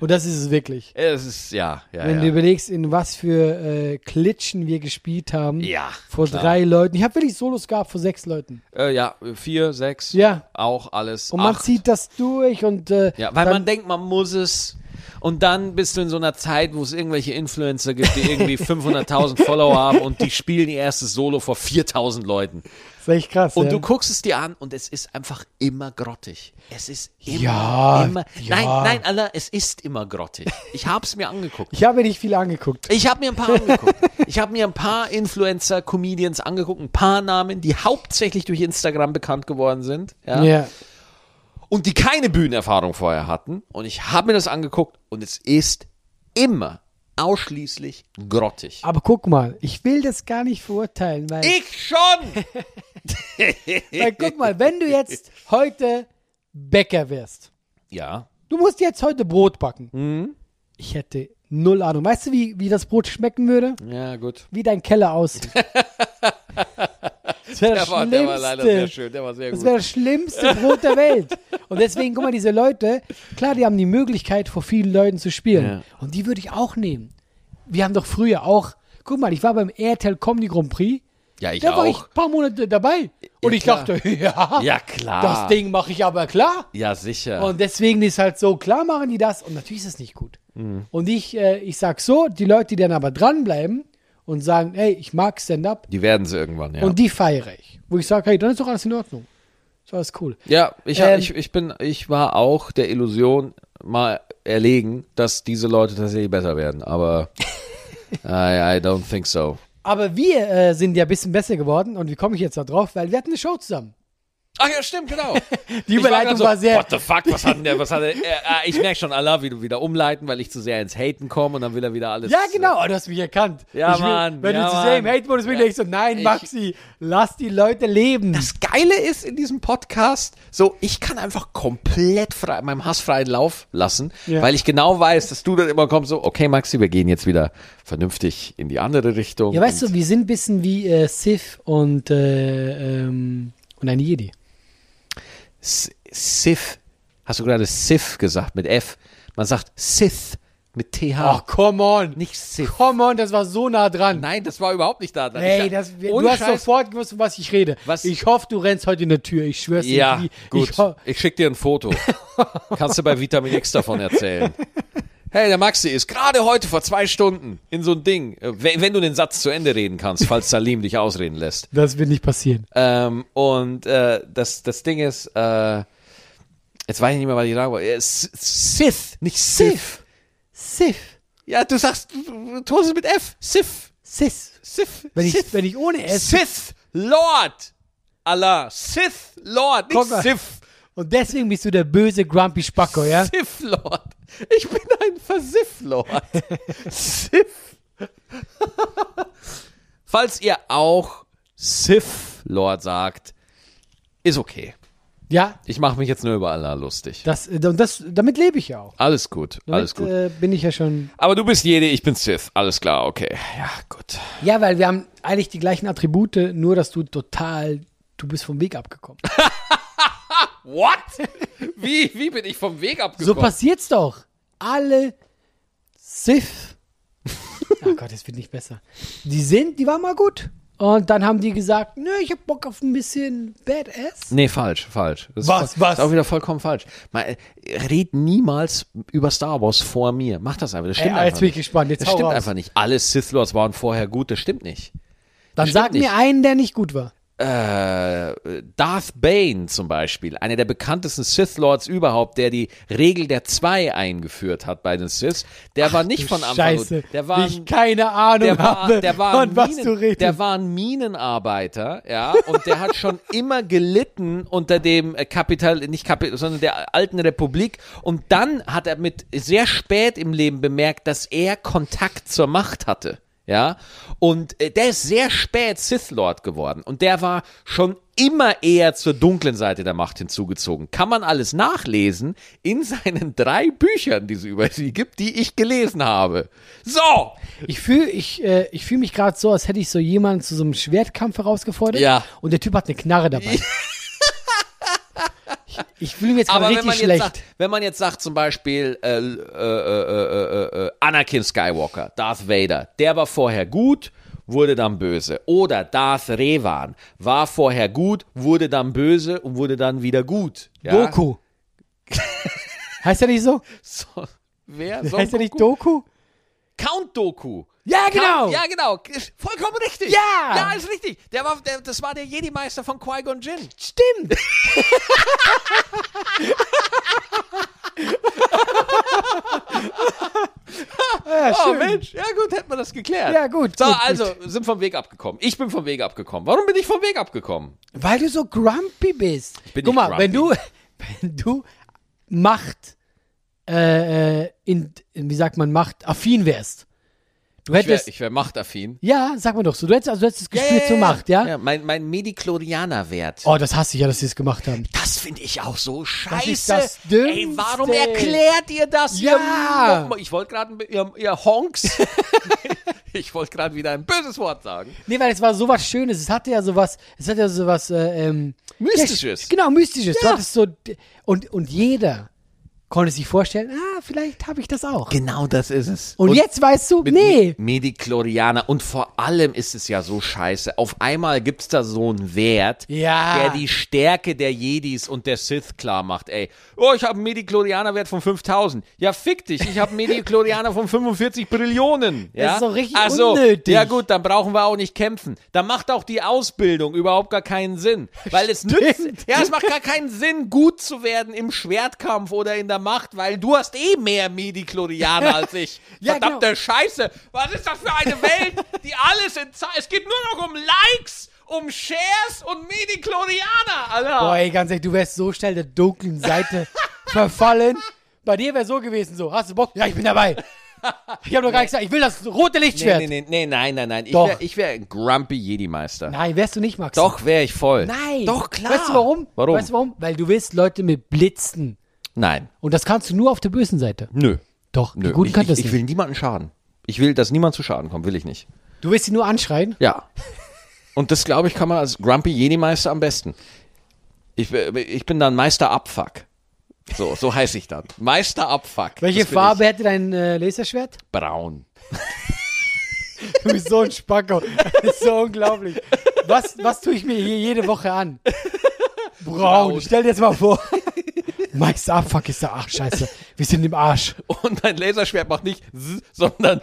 Speaker 2: Und das ist es wirklich.
Speaker 1: es ist, ja, ja,
Speaker 2: Wenn du
Speaker 1: ja.
Speaker 2: überlegst, in was für äh, Klitschen wir gespielt haben.
Speaker 1: Ja,
Speaker 2: Vor
Speaker 1: klar.
Speaker 2: drei Leuten. Ich habe wirklich Solos gehabt vor sechs Leuten.
Speaker 1: Äh, ja, vier, sechs,
Speaker 2: Ja.
Speaker 1: auch alles.
Speaker 2: Und man
Speaker 1: acht.
Speaker 2: zieht das durch und äh,
Speaker 1: Ja, weil
Speaker 2: dann,
Speaker 1: man denkt, man muss es. Und dann bist du in so einer Zeit, wo es irgendwelche Influencer gibt, die irgendwie 500.000 Follower haben und die spielen ihr erstes Solo vor 4.000 Leuten.
Speaker 2: das ist echt krass.
Speaker 1: Und
Speaker 2: ja.
Speaker 1: du guckst es dir an und es ist einfach immer grottig. Es ist immer,
Speaker 2: Ja,
Speaker 1: immer.
Speaker 2: ja.
Speaker 1: Nein, nein, Allah, es ist immer grottig. Ich hab's mir angeguckt.
Speaker 2: ich habe nicht viel angeguckt.
Speaker 1: Ich habe mir ein paar angeguckt. Ich habe mir ein paar Influencer, Comedians angeguckt, ein paar Namen, die hauptsächlich durch Instagram bekannt geworden sind. Ja
Speaker 2: Ja.
Speaker 1: und die keine Bühnenerfahrung vorher hatten. Und ich habe mir das angeguckt und es ist immer ausschließlich grottig.
Speaker 2: Aber guck mal, ich will das gar nicht verurteilen, weil,
Speaker 1: Ich schon!
Speaker 2: weil guck mal, wenn du jetzt heute Bäcker wärst,
Speaker 1: Ja.
Speaker 2: du musst jetzt heute Brot backen.
Speaker 1: Mhm.
Speaker 2: Ich hätte null Ahnung. Weißt du, wie, wie das Brot schmecken würde?
Speaker 1: Ja, gut.
Speaker 2: Wie dein Keller aussieht. Das wäre das
Speaker 1: Der war, der war leider sehr
Speaker 2: Schlimmste.
Speaker 1: schön, der war sehr
Speaker 2: Das
Speaker 1: gut.
Speaker 2: wäre das schlimmste Brot der Welt. Und deswegen, guck mal, diese Leute, klar, die haben die Möglichkeit, vor vielen Leuten zu spielen.
Speaker 1: Ja.
Speaker 2: Und die würde ich auch nehmen. Wir haben doch früher auch, guck mal, ich war beim Airtel Comedy Grand Prix.
Speaker 1: Ja, ich
Speaker 2: da war ich
Speaker 1: auch.
Speaker 2: ein paar Monate dabei. Und ich
Speaker 1: klar.
Speaker 2: dachte, ja,
Speaker 1: Ja, klar.
Speaker 2: das Ding mache ich aber klar.
Speaker 1: Ja, sicher.
Speaker 2: Und deswegen ist halt so, klar machen die das. Und natürlich ist es nicht gut.
Speaker 1: Mhm.
Speaker 2: Und ich, äh, ich sag so, die Leute, die dann aber dranbleiben und sagen, hey, ich mag Stand-Up,
Speaker 1: die werden sie irgendwann, ja.
Speaker 2: und die feiere ich. Wo ich sage, hey, dann ist doch alles in Ordnung. Ist alles cool.
Speaker 1: ja, ich,
Speaker 2: Ähm,
Speaker 1: ich, ich bin, ich war auch der Illusion mal erlegen, dass diese Leute tatsächlich besser werden, aber I, I don't think so.
Speaker 2: Aber wir äh, sind ja ein bisschen besser geworden und wie komme ich jetzt da drauf? Weil wir hatten eine Show zusammen.
Speaker 1: Ach ja, stimmt, genau.
Speaker 2: Die Überleitung war,
Speaker 1: war, grad so,
Speaker 2: sehr.
Speaker 1: What the fuck, was hat denn der? Was hat der äh, äh, ich merke schon, Allah, wie du wieder umleiten, weil ich zu sehr ins Haten komme und dann will er wieder alles. äh,
Speaker 2: Ja, genau, oh, du hast mich erkannt.
Speaker 1: Ja,
Speaker 2: ich will,
Speaker 1: Mann,
Speaker 2: Wenn
Speaker 1: ja,
Speaker 2: du zu sehr im
Speaker 1: Mann.
Speaker 2: Hate-Modus bist,
Speaker 1: Ja.
Speaker 2: ja. ich so, nein,
Speaker 1: Ich-
Speaker 2: Maxi, lass die Leute leben.
Speaker 1: Das Geile ist in diesem Podcast, so, ich kann einfach komplett frei, meinem Hass freien Lauf lassen,
Speaker 2: Ja.
Speaker 1: weil ich genau weiß, dass du dann immer kommst, so, okay, Maxi, wir gehen jetzt wieder vernünftig in die andere Richtung.
Speaker 2: ja, weißt
Speaker 1: und-
Speaker 2: du, wir sind ein bisschen wie äh, Sif und, äh, ähm, und ein Jedi.
Speaker 1: S- Sith. Hast du gerade Sith gesagt mit F? Man sagt Sith mit
Speaker 2: Oh,
Speaker 1: TH.
Speaker 2: come on.
Speaker 1: nicht Sith.
Speaker 2: Come on, das war so nah dran.
Speaker 1: Nein, das war überhaupt nicht da. dran.
Speaker 2: Ey,
Speaker 1: Ich-
Speaker 2: das, wir-
Speaker 1: ohne
Speaker 2: du hast
Speaker 1: Scheiß.
Speaker 2: sofort gewusst, um was ich rede.
Speaker 1: Was-
Speaker 2: Ich hoffe, du rennst heute in der Tür. Ich schwör's
Speaker 1: Ja,
Speaker 2: dir. die-
Speaker 1: gut.
Speaker 2: Ich ho-
Speaker 1: Ich, schick dir ein Foto. Kannst du bei Vitamin X davon erzählen. Hey, der Maxi ist gerade heute vor zwei Stunden in so ein Ding, äh, wenn, wenn du den Satz zu Ende reden kannst, falls Salim dich ausreden lässt.
Speaker 2: das wird nicht passieren.
Speaker 1: Ähm, und äh, das, das Ding ist, äh, jetzt weiß ich nicht mehr, was ich sagen wollte. Äh, S- Sith, nicht Sif.
Speaker 2: Sif.
Speaker 1: Ja, du sagst, du tust es mit F. Sif,
Speaker 2: Sis.
Speaker 1: Sif,
Speaker 2: Wenn
Speaker 1: Sith.
Speaker 2: ich, wenn ich ohne S.
Speaker 1: Sith Lord. Allah, Sith Lord,
Speaker 2: Guck
Speaker 1: nicht
Speaker 2: mal.
Speaker 1: Sif.
Speaker 2: Und deswegen bist du der böse Grumpy Spacko, ja?
Speaker 1: Sifflord. Ich bin ein Versifflord. Siff. Falls ihr auch Sifflord sagt, ist okay.
Speaker 2: Ja,
Speaker 1: Ich mache mich jetzt nur über Allah lustig.
Speaker 2: das, äh, und das, damit lebe ich ja auch.
Speaker 1: Alles gut,
Speaker 2: Damit,
Speaker 1: alles gut.
Speaker 2: Äh, bin ich ja schon.
Speaker 1: Aber du bist jede, ich bin Sith. Alles klar, okay. Ja, gut.
Speaker 2: Ja, weil wir haben eigentlich die gleichen Attribute, nur dass du total, du bist vom Weg abgekommen.
Speaker 1: What? Wie, wie bin ich vom Weg
Speaker 2: so
Speaker 1: abgekommen?
Speaker 2: passiert's doch. Alle Sif Oh Gott, es wird nicht besser. Die sind, die waren mal gut. Und dann haben die gesagt, nö, ich hab Bock auf ein bisschen Badass.
Speaker 1: Nee, falsch, falsch. Das ist
Speaker 2: Was,
Speaker 1: voll-
Speaker 2: was?
Speaker 1: Ist auch wieder vollkommen falsch. Mal, äh, red niemals über Star Wars vor mir. Mach das einfach. Das stimmt
Speaker 2: Ey, jetzt
Speaker 1: einfach
Speaker 2: bin
Speaker 1: nicht.
Speaker 2: ich gespannt, jetzt
Speaker 1: Das
Speaker 2: hau
Speaker 1: stimmt
Speaker 2: raus.
Speaker 1: einfach nicht. Alle Sith Lords waren vorher gut. Das stimmt nicht.
Speaker 2: Dann
Speaker 1: stimmt
Speaker 2: sag
Speaker 1: nicht.
Speaker 2: mir einen, der nicht gut war.
Speaker 1: Äh, Darth Bane zum Beispiel, einer der bekanntesten Sith Lords überhaupt, der die Regel der zwei eingeführt hat bei den Siths. Der war nicht
Speaker 2: Du
Speaker 1: von Anfang
Speaker 2: Scheiße,
Speaker 1: an. Der war
Speaker 2: ich keine Ahnung
Speaker 1: der war,
Speaker 2: habe,
Speaker 1: der war, ein
Speaker 2: von was
Speaker 1: Minen-
Speaker 2: du redest.
Speaker 1: der war ein Minenarbeiter, ja, und der hat schon immer gelitten unter dem äh, Kapital, nicht Kapital, sondern der alten Republik. Und dann hat er mit sehr spät im Leben bemerkt, dass er Kontakt zur Macht hatte, ja. Und äh, der ist sehr spät Sith Lord geworden und der war schon immer eher zur dunklen Seite der Macht hinzugezogen. Kann man alles nachlesen in seinen drei Büchern, die es über sie gibt, die ich gelesen habe. So!
Speaker 2: Ich fühle ich, äh, ich fühl mich gerade so, als hätte ich so jemanden zu so einem Schwertkampf herausgefordert.
Speaker 1: Ja.
Speaker 2: Und der Typ hat eine Knarre dabei. ich ich fühle mich jetzt gerade
Speaker 1: Aber wenn
Speaker 2: richtig
Speaker 1: man, jetzt
Speaker 2: schlecht.
Speaker 1: sagt, wenn man jetzt sagt, zum Beispiel äh, äh, äh, äh, äh, Anakin Skywalker, Darth Vader, der war vorher gut, wurde dann böse. Oder Darth Revan war vorher gut, wurde dann böse und wurde dann wieder gut. Ja?
Speaker 2: Doku. heißt er nicht so?
Speaker 1: So, wer? Son
Speaker 2: heißt er nicht
Speaker 1: Goku?
Speaker 2: Doku?
Speaker 1: Count Doku.
Speaker 2: Ja, genau.
Speaker 1: Count, ja, genau. Ist Vollkommen richtig.
Speaker 2: Ja.
Speaker 1: Ja, ist richtig. Der war, der, das war der Jedi-Meister von Qui-Gon Jinn.
Speaker 2: Stimmt. ja,
Speaker 1: Oh
Speaker 2: schön.
Speaker 1: Mensch, ja gut, hätten wir das geklärt.
Speaker 2: Ja, gut,
Speaker 1: So,
Speaker 2: gut, gut.
Speaker 1: also sind vom Weg abgekommen. Ich bin vom Weg abgekommen. Warum bin ich vom Weg abgekommen?
Speaker 2: Weil du so grumpy bist.
Speaker 1: bin
Speaker 2: Guck
Speaker 1: nicht
Speaker 2: mal, wenn du, wenn du Macht, äh, äh, in, wie sagt man, Macht affin wärst. Du
Speaker 1: Ich wäre
Speaker 2: hättest,
Speaker 1: ich wär machtaffin.
Speaker 2: ja, sag mal doch so, du hättest, also du hättest das Gespür zur Macht, ja?
Speaker 1: mein mein Mediklorianer-Wert.
Speaker 2: Oh, das hasse ich ja, dass sie es gemacht haben.
Speaker 1: Das finde ich auch so scheiße.
Speaker 2: ist das
Speaker 1: Ey,
Speaker 2: Dümmste.
Speaker 1: warum erklärt ihr das?
Speaker 2: Ja.
Speaker 1: Ihr, Mo- ich wollte gerade, ein bi- ihr, ihr Honks. ich wollte gerade wieder ein böses Wort sagen.
Speaker 2: Nee, weil es war sowas Schönes, es hatte ja sowas, es hatte ja sowas, äh, ähm,
Speaker 1: Mystisches.
Speaker 2: Ja, genau, mystisches. Du
Speaker 1: Ja.
Speaker 2: hattest so, und, und jeder konnte sich vorstellen, ah, vielleicht habe ich das auch.
Speaker 1: Genau das ist es.
Speaker 2: Und, jetzt weißt du, nee,
Speaker 1: Mediklorianer. Und vor allem ist es ja so scheiße. Auf einmal gibt es da so einen Wert,
Speaker 2: Ja.
Speaker 1: der die Stärke der Jedis und der Sith klar macht. Ey, oh, ich habe einen Mediklorianer-Wert von 5000. Ja, fick dich. Ich habe einen Mediklorianer von 45 Billionen. Ja?
Speaker 2: ist doch richtig
Speaker 1: also,
Speaker 2: unnötig.
Speaker 1: Ja gut, dann brauchen wir auch nicht kämpfen. Dann macht auch die Ausbildung überhaupt gar keinen Sinn. Weil es nützt... Ja, es macht gar keinen Sinn, gut zu werden im Schwertkampf oder in der Macht, weil du hast eh mehr Mediklorianer als ich.
Speaker 2: Ja,
Speaker 1: Verdammte Äh, Scheiße. Was ist das für eine Welt, die alles in Zeit. Es geht nur noch um Likes, um Shares und Mediklorianer, Alter.
Speaker 2: Boah, ey, ganz ehrlich, du wärst so schnell der dunklen Seite verfallen. Bei dir wäre so gewesen, so, hast du Bock? Ja, ich bin dabei. Ich habe doch gar nicht gesagt, ich will das rote Lichtschwert.
Speaker 1: Nee, nee, nee, nee, nein, nein, nein. Ich
Speaker 2: Doch.
Speaker 1: wäre ich wär ein Grumpy Jedi-Meister.
Speaker 2: Nein, wärst du nicht, Max.
Speaker 1: Doch, wäre ich voll.
Speaker 2: Nein.
Speaker 1: Doch, klar.
Speaker 2: Weißt du warum?
Speaker 1: Warum?
Speaker 2: Weißt du warum? Weil du willst Leute mit Blitzen.
Speaker 1: Nein.
Speaker 2: Und das kannst du nur auf der bösen Seite.
Speaker 1: Nö.
Speaker 2: Doch,
Speaker 1: Nö.
Speaker 2: die Guten
Speaker 1: ich,
Speaker 2: kannst
Speaker 1: ich,
Speaker 2: das
Speaker 1: ich
Speaker 2: nicht.
Speaker 1: will niemanden schaden. Ich will, dass niemand zu Schaden kommt, will ich nicht.
Speaker 2: Du willst sie nur anschreien?
Speaker 1: Ja. Und das, glaube ich, kann man als Grumpy Jedi-Meister am besten. Ich, bin- ich bin dann Meister Abfuck. So, so heiße ich dann. Meister Abfuck.
Speaker 2: Welche
Speaker 1: Das bin
Speaker 2: Farbe hätte dein äh, Laserschwert?
Speaker 1: Ich. Braun.
Speaker 2: Du bist so ein Spacko. Das ist so unglaublich. Was, was tue ich mir hier jede Woche an? Braun.
Speaker 1: Braun.
Speaker 2: Stell dir jetzt mal vor. Meister Abfuck ist der Arsch, scheiße. Wir sind im Arsch.
Speaker 1: Und dein Laserschwert macht nicht, zzz, sondern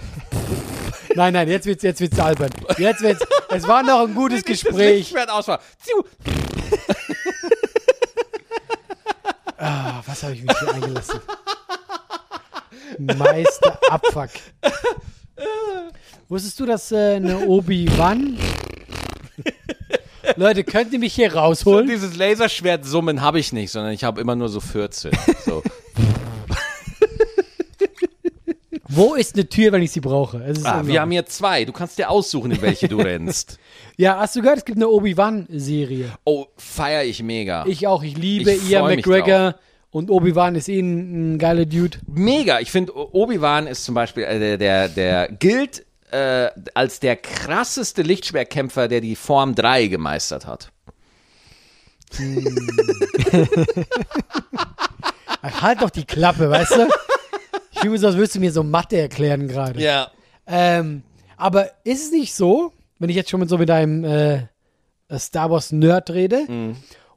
Speaker 2: Nein, nein, jetzt wird's, jetzt wird's albern. Jetzt wird's, es war noch ein gutes
Speaker 1: das
Speaker 2: Gespräch.
Speaker 1: Lichtschwert ausfallen. Ziu.
Speaker 2: Ah, was habe ich mich hier eingelassen? Meister Abfuck. Wusstest du, dass äh, eine Obi-Wan... Leute, könnt ihr mich hier rausholen?
Speaker 1: Dieses Laserschwert-Summen habe ich nicht, sondern ich habe immer nur so 14. So.
Speaker 2: Wo ist eine Tür, wenn ich sie brauche? Es ist
Speaker 1: Ah,
Speaker 2: unglaublich.
Speaker 1: wir haben hier zwei. Du kannst dir aussuchen, in welche du rennst.
Speaker 2: ja, hast du gehört, es gibt eine Obi-Wan-Serie.
Speaker 1: Oh, feier ich mega.
Speaker 2: Ich auch, ich liebe
Speaker 1: Ich
Speaker 2: Ian
Speaker 1: freu mich
Speaker 2: McGregor und Obi-Wan ist eh ein, ein geiler Dude.
Speaker 1: mega. Ich finde, Obi-Wan ist zum Beispiel äh, der, der, der gilt äh, als der krasseste Lichtschwertkämpfer, der die Form 3 gemeistert hat.
Speaker 2: Ach, halt doch die Klappe, weißt du? Ich fühle mich so, als würdest du mir so Mathe erklären gerade.
Speaker 1: Ja.
Speaker 2: Ähm, aber ist es nicht so, wenn ich jetzt schon mit so mit einem äh, Star Wars Nerd rede,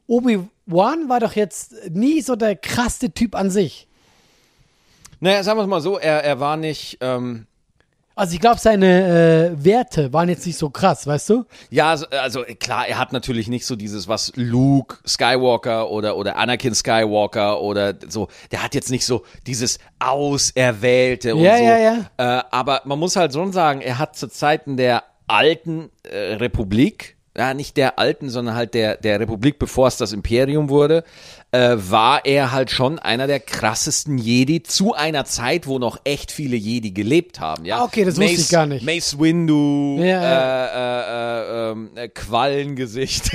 Speaker 2: Obi-Wan war doch jetzt nie so der krasse Typ an sich.
Speaker 1: Naja, sagen wir es mal so, er, er war nicht. Ähm,
Speaker 2: Also ich glaube, seine äh, Werte waren jetzt nicht so krass, weißt du?
Speaker 1: ja, so- also äh, klar, er hat natürlich nicht so dieses, was Luke Skywalker oder, oder Anakin Skywalker oder so. Der hat jetzt nicht so dieses Auserwählte und
Speaker 2: Ja,
Speaker 1: so.
Speaker 2: ja, ja.
Speaker 1: Äh, aber man muss halt schon sagen, er hat zu Zeiten der alten äh, Republik, ja, nicht der alten, sondern halt der, der Republik, bevor es das Imperium wurde, äh, war er halt schon einer der krassesten Jedi zu einer Zeit, wo noch echt viele Jedi gelebt haben. Ja?
Speaker 2: Ah, okay, das wusste ich gar nicht.
Speaker 1: Mace Windu,
Speaker 2: Ja,
Speaker 1: Äh, äh, äh, ähm, äh, Quallengesicht.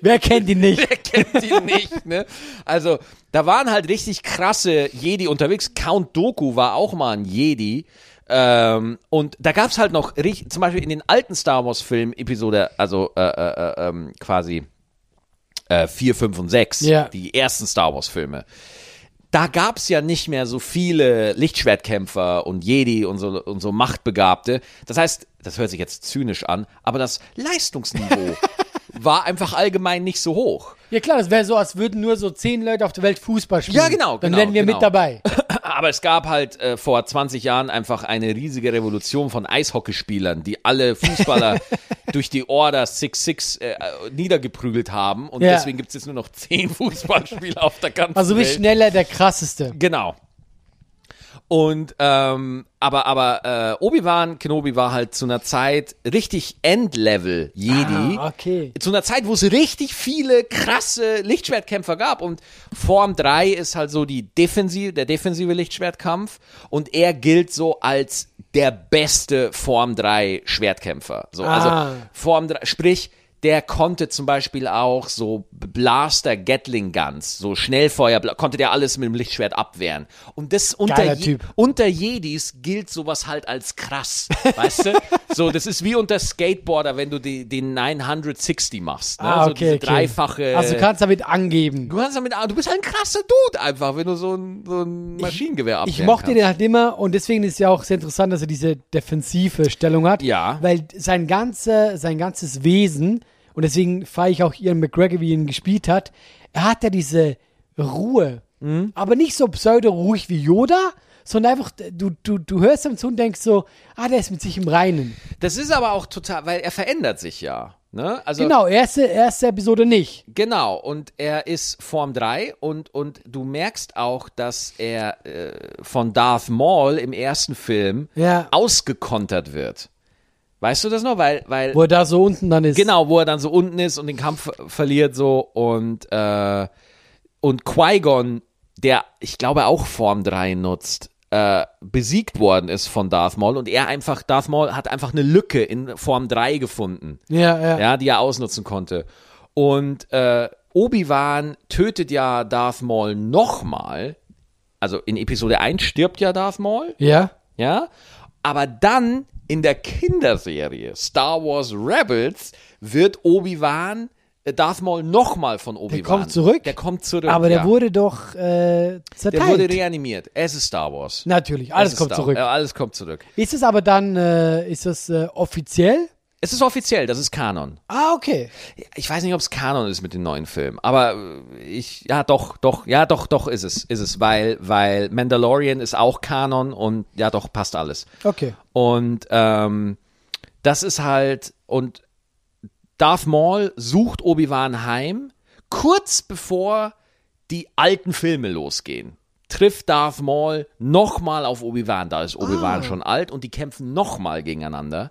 Speaker 2: Wer kennt ihn nicht?
Speaker 1: Wer kennt die nicht, ne? Also, da waren halt richtig krasse Jedi unterwegs. Count Doku war auch mal ein Jedi. Ähm, und da gab es halt noch, rich- zum Beispiel in den alten Star Wars-Filmen, Episode, also äh, äh, äh, ähm, quasi äh, 4, 5 und 6,
Speaker 2: Ja.
Speaker 1: die ersten Star Wars-Filme. Da gab es ja nicht mehr so viele Lichtschwertkämpfer und Jedi und so, und so Machtbegabte. Das heißt, das hört sich jetzt zynisch an, aber das Leistungsniveau war einfach allgemein nicht so hoch.
Speaker 2: Ja klar, das wäre so, als würden nur so zehn Leute auf der Welt Fußball spielen.
Speaker 1: Ja, genau,
Speaker 2: Dann
Speaker 1: genau,
Speaker 2: wären wir
Speaker 1: genau.
Speaker 2: mit dabei.
Speaker 1: Aber es gab halt äh, vor 20 Jahren einfach eine riesige Revolution von Eishockeyspielern, die alle Fußballer durch die Order 6-6 äh, äh, niedergeprügelt haben. Und
Speaker 2: Ja.
Speaker 1: deswegen gibt es jetzt nur noch 10 Fußballspieler auf der ganzen
Speaker 2: Also wie
Speaker 1: Welt.
Speaker 2: schneller der krasseste.
Speaker 1: Genau. Und ähm, aber aber äh, Obi-Wan Kenobi war halt zu einer Zeit richtig Endlevel Jedi.
Speaker 2: Ah, okay.
Speaker 1: Zu einer Zeit, wo es richtig viele krasse Lichtschwertkämpfer gab und Form 3 ist halt so die defensive der defensive Lichtschwertkampf und er gilt so als der beste Form 3 Schwertkämpfer. So
Speaker 2: Ah.
Speaker 1: also Form 3, sprich der konnte zum Beispiel auch so Blaster Gatling Guns, so Schnellfeuer, konnte der alles mit dem Lichtschwert abwehren. Und das unter,
Speaker 2: Geiler
Speaker 1: Je-
Speaker 2: Typ.
Speaker 1: unter Jedis gilt sowas halt als krass, weißt du? So, das ist wie unter Skateboarder, wenn du die, den 960 machst.
Speaker 2: Ah,
Speaker 1: Ne? so diese dreifache.
Speaker 2: Also du kannst damit angeben.
Speaker 1: du kannst damit, du bist halt ein krasser Dude einfach, wenn du so ein, so ein Maschinengewehr abwehren
Speaker 2: Ich mochte
Speaker 1: kannst.
Speaker 2: den halt immer und deswegen ist ja auch sehr interessant, dass er diese defensive Stellung hat.
Speaker 1: Ja.
Speaker 2: Weil sein, ganze, sein ganzes Wesen, und deswegen feiere ich auch Ian McGregor, wie er ihn gespielt hat, er hat ja diese Ruhe. Aber nicht so pseudo-ruhig wie Yoda, sondern einfach, du, du, du hörst ihm zu und denkst so, ah, der ist mit sich im Reinen.
Speaker 1: Das ist aber auch total, weil er verändert sich ja. Ne? Also,
Speaker 2: Genau, erste, erste Episode nicht.
Speaker 1: Genau, und er ist Form 3 und, und du merkst auch, dass er äh, von Darth Maul im ersten Film
Speaker 2: Ja.
Speaker 1: ausgekontert wird. Weißt du das noch? Weil, weil
Speaker 2: Wo er da so unten dann ist.
Speaker 1: genau, wo er dann so unten ist und den Kampf verliert so und, äh, und Qui-Gon, der, ich glaube, auch Form 3 nutzt, äh, besiegt worden ist von Darth Maul und er einfach, Darth Maul hat einfach eine Lücke in Form 3 gefunden
Speaker 2: Ja, ja.
Speaker 1: ja, die er ausnutzen konnte. Und äh, Obi-Wan tötet ja Darth Maul nochmal. Also in Episode 1 stirbt ja Darth Maul,
Speaker 2: Ja.
Speaker 1: ja. Aber dann in der Kinderserie Star Wars Rebels wird Obi-Wan, äh, Darth Maul nochmal von Obi-Wan.
Speaker 2: kommt zurück?
Speaker 1: Der kommt zurück.
Speaker 2: Aber der
Speaker 1: ja.
Speaker 2: wurde doch äh, zerteilt.
Speaker 1: der wurde reanimiert. Es ist Star Wars.
Speaker 2: Natürlich,
Speaker 1: Es
Speaker 2: alles
Speaker 1: ist
Speaker 2: kommt
Speaker 1: Star
Speaker 2: zurück.
Speaker 1: Ja, alles kommt zurück.
Speaker 2: Ist es aber dann, äh, ist das äh, offiziell?
Speaker 1: Es ist offiziell, das ist Kanon.
Speaker 2: Ah, okay.
Speaker 1: ich weiß nicht, ob es Kanon ist mit den neuen Filmen, aber äh, ich, ja, doch, doch, ja, doch, doch ist es, ist es, weil, weil Mandalorian ist auch Kanon und ja, doch, passt alles.
Speaker 2: Okay.
Speaker 1: Und ähm, das ist halt, und Darth Maul sucht Obi-Wan heim, kurz bevor die alten Filme losgehen. Trifft Darth Maul nochmal auf Obi-Wan. Da ist Obi-Wan schon alt und die kämpfen nochmal gegeneinander.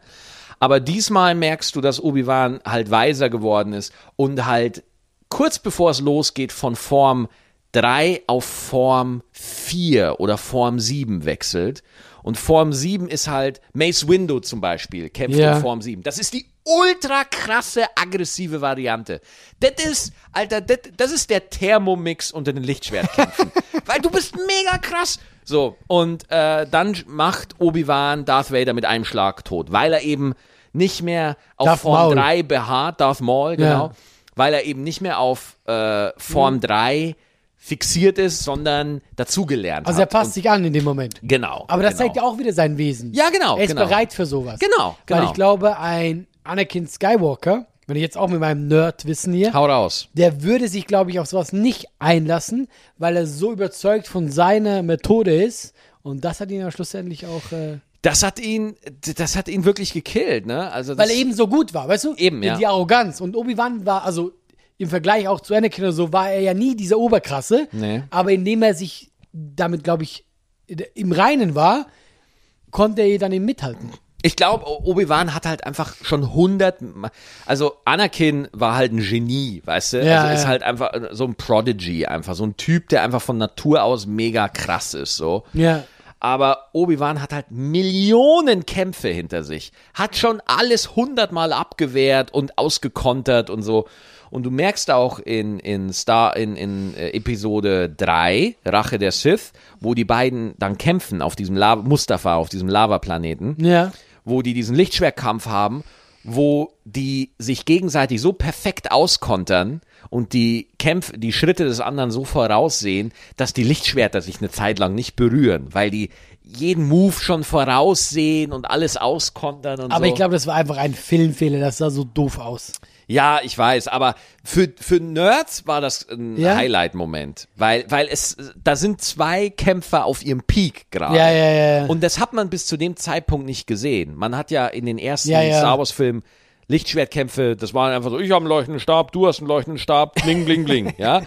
Speaker 1: Aber diesmal merkst du, dass Obi-Wan halt weiser geworden ist und halt kurz bevor es losgeht von Form 3 auf Form 4 oder Form 7 wechselt. Und Form 7 ist halt Mace Window zum Beispiel, kämpft
Speaker 2: Ja.
Speaker 1: in Form 7. Das ist die ultra krasse aggressive Variante. Das ist, Alter, das, das ist der Thermomix unter den Lichtschwertkämpfen. Weil du bist mega krass. So, und äh, dann macht Obi-Wan Darth Vader mit einem Schlag tot, weil er eben nicht mehr auf
Speaker 2: Darth
Speaker 1: Form
Speaker 2: Maul.
Speaker 1: 3 beharrt, Darth Maul, genau,
Speaker 2: Ja. Mhm.
Speaker 1: weil er eben nicht mehr auf äh, Form 3 fixiert ist, sondern dazugelernt
Speaker 2: Also er
Speaker 1: hat.
Speaker 2: passt sich an in dem Moment.
Speaker 1: Und, genau.
Speaker 2: Aber das
Speaker 1: genau.
Speaker 2: zeigt ja auch wieder sein Wesen.
Speaker 1: Ja, genau,
Speaker 2: Er ist
Speaker 1: genau.
Speaker 2: bereit für sowas.
Speaker 1: Genau, genau.
Speaker 2: Weil ich glaube, ein Anakin Skywalker, wenn ich jetzt auch mit meinem Nerd-Wissen hier,
Speaker 1: Hau raus.
Speaker 2: der würde sich, glaube ich, auf sowas nicht einlassen, weil er so überzeugt von seiner Methode ist. Und das hat ihn ja schlussendlich auch, äh,
Speaker 1: Das hat ihn, das hat ihn wirklich gekillt, ne? Also das,
Speaker 2: weil er eben so gut war, weißt du?
Speaker 1: Eben, ja.
Speaker 2: Die Arroganz. Und Obi-Wan war, also im Vergleich auch zu Anakin oder so, war er ja nie dieser Oberkrasse.
Speaker 1: Nee.
Speaker 2: Aber indem er sich damit, glaube ich, im Reinen war, konnte er dann eben mithalten.
Speaker 1: Ich glaube, Obi-Wan hat halt einfach schon hundert. Ma- Also Anakin war halt ein Genie, weißt du?
Speaker 2: Ja,
Speaker 1: also ist
Speaker 2: ja.
Speaker 1: halt einfach so ein Prodigy, einfach so ein Typ, der einfach von Natur aus mega krass ist, so.
Speaker 2: Ja.
Speaker 1: Aber Obi-Wan hat halt Millionen Kämpfe hinter sich, hat schon alles hundertmal abgewehrt und ausgekontert und so. Und du merkst auch in, in Star, in, in äh, Episode 3, Rache der Sith, wo die beiden dann kämpfen auf diesem Lava, Mustafa, auf diesem Lavaplaneten
Speaker 2: Ja.
Speaker 1: wo die diesen Lichtschwertkampf haben, wo die sich gegenseitig so perfekt auskontern und die Kämpfe, die Schritte des anderen so voraussehen, dass die Lichtschwerter sich eine Zeit lang nicht berühren, weil die jeden Move schon voraussehen und alles auskontern und
Speaker 2: Aber
Speaker 1: so.
Speaker 2: ich glaube, das war einfach ein Filmfehler, das sah so doof aus.
Speaker 1: ja, ich weiß, aber für, für Nerds war das ein
Speaker 2: Ja?
Speaker 1: Highlight-Moment, weil, weil es, da sind zwei Kämpfer auf ihrem Peak gerade.
Speaker 2: Ja, ja, ja, ja.
Speaker 1: Und das hat man bis zu dem Zeitpunkt nicht gesehen. Man hat ja in den ersten
Speaker 2: Ja, ja.
Speaker 1: Star Wars-Filmen Lichtschwertkämpfe, das waren einfach so, ich habe einen leuchtenden Stab, du hast einen leuchtenden Stab, bling, bling, bling. ja?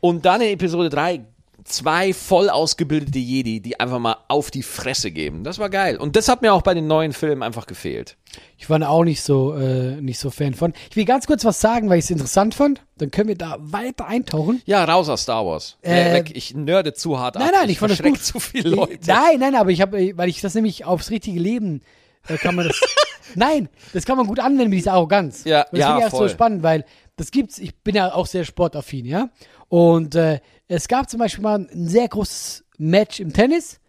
Speaker 1: Und dann in Episode 3 zwei voll ausgebildete Jedi, die einfach mal auf die Fresse geben. Das war geil. Und das hat mir auch bei den neuen Filmen einfach gefehlt.
Speaker 2: Ich war auch nicht so, äh, nicht so Fan von. Ich will ganz kurz was sagen, weil ich es interessant fand. Dann können wir da weiter eintauchen.
Speaker 1: Ja, raus aus Star Wars.
Speaker 2: Äh,
Speaker 1: Weg, ich nörde zu hart ab.
Speaker 2: Nein, nein, ich fand das
Speaker 1: verschreck
Speaker 2: gut.
Speaker 1: zu viele Leute.
Speaker 2: Nein, nein, aber ich habe, weil ich das nämlich aufs richtige Leben äh, kann man das. nein, das kann man gut anwenden mit dieser Arroganz.
Speaker 1: Ja,
Speaker 2: Und das
Speaker 1: ja,
Speaker 2: finde ich erst so
Speaker 1: voll.
Speaker 2: spannend, weil das gibt's. Ich bin ja auch sehr sportaffin, ja. Und äh, es gab zum Beispiel mal ein sehr großes Match im Tennis,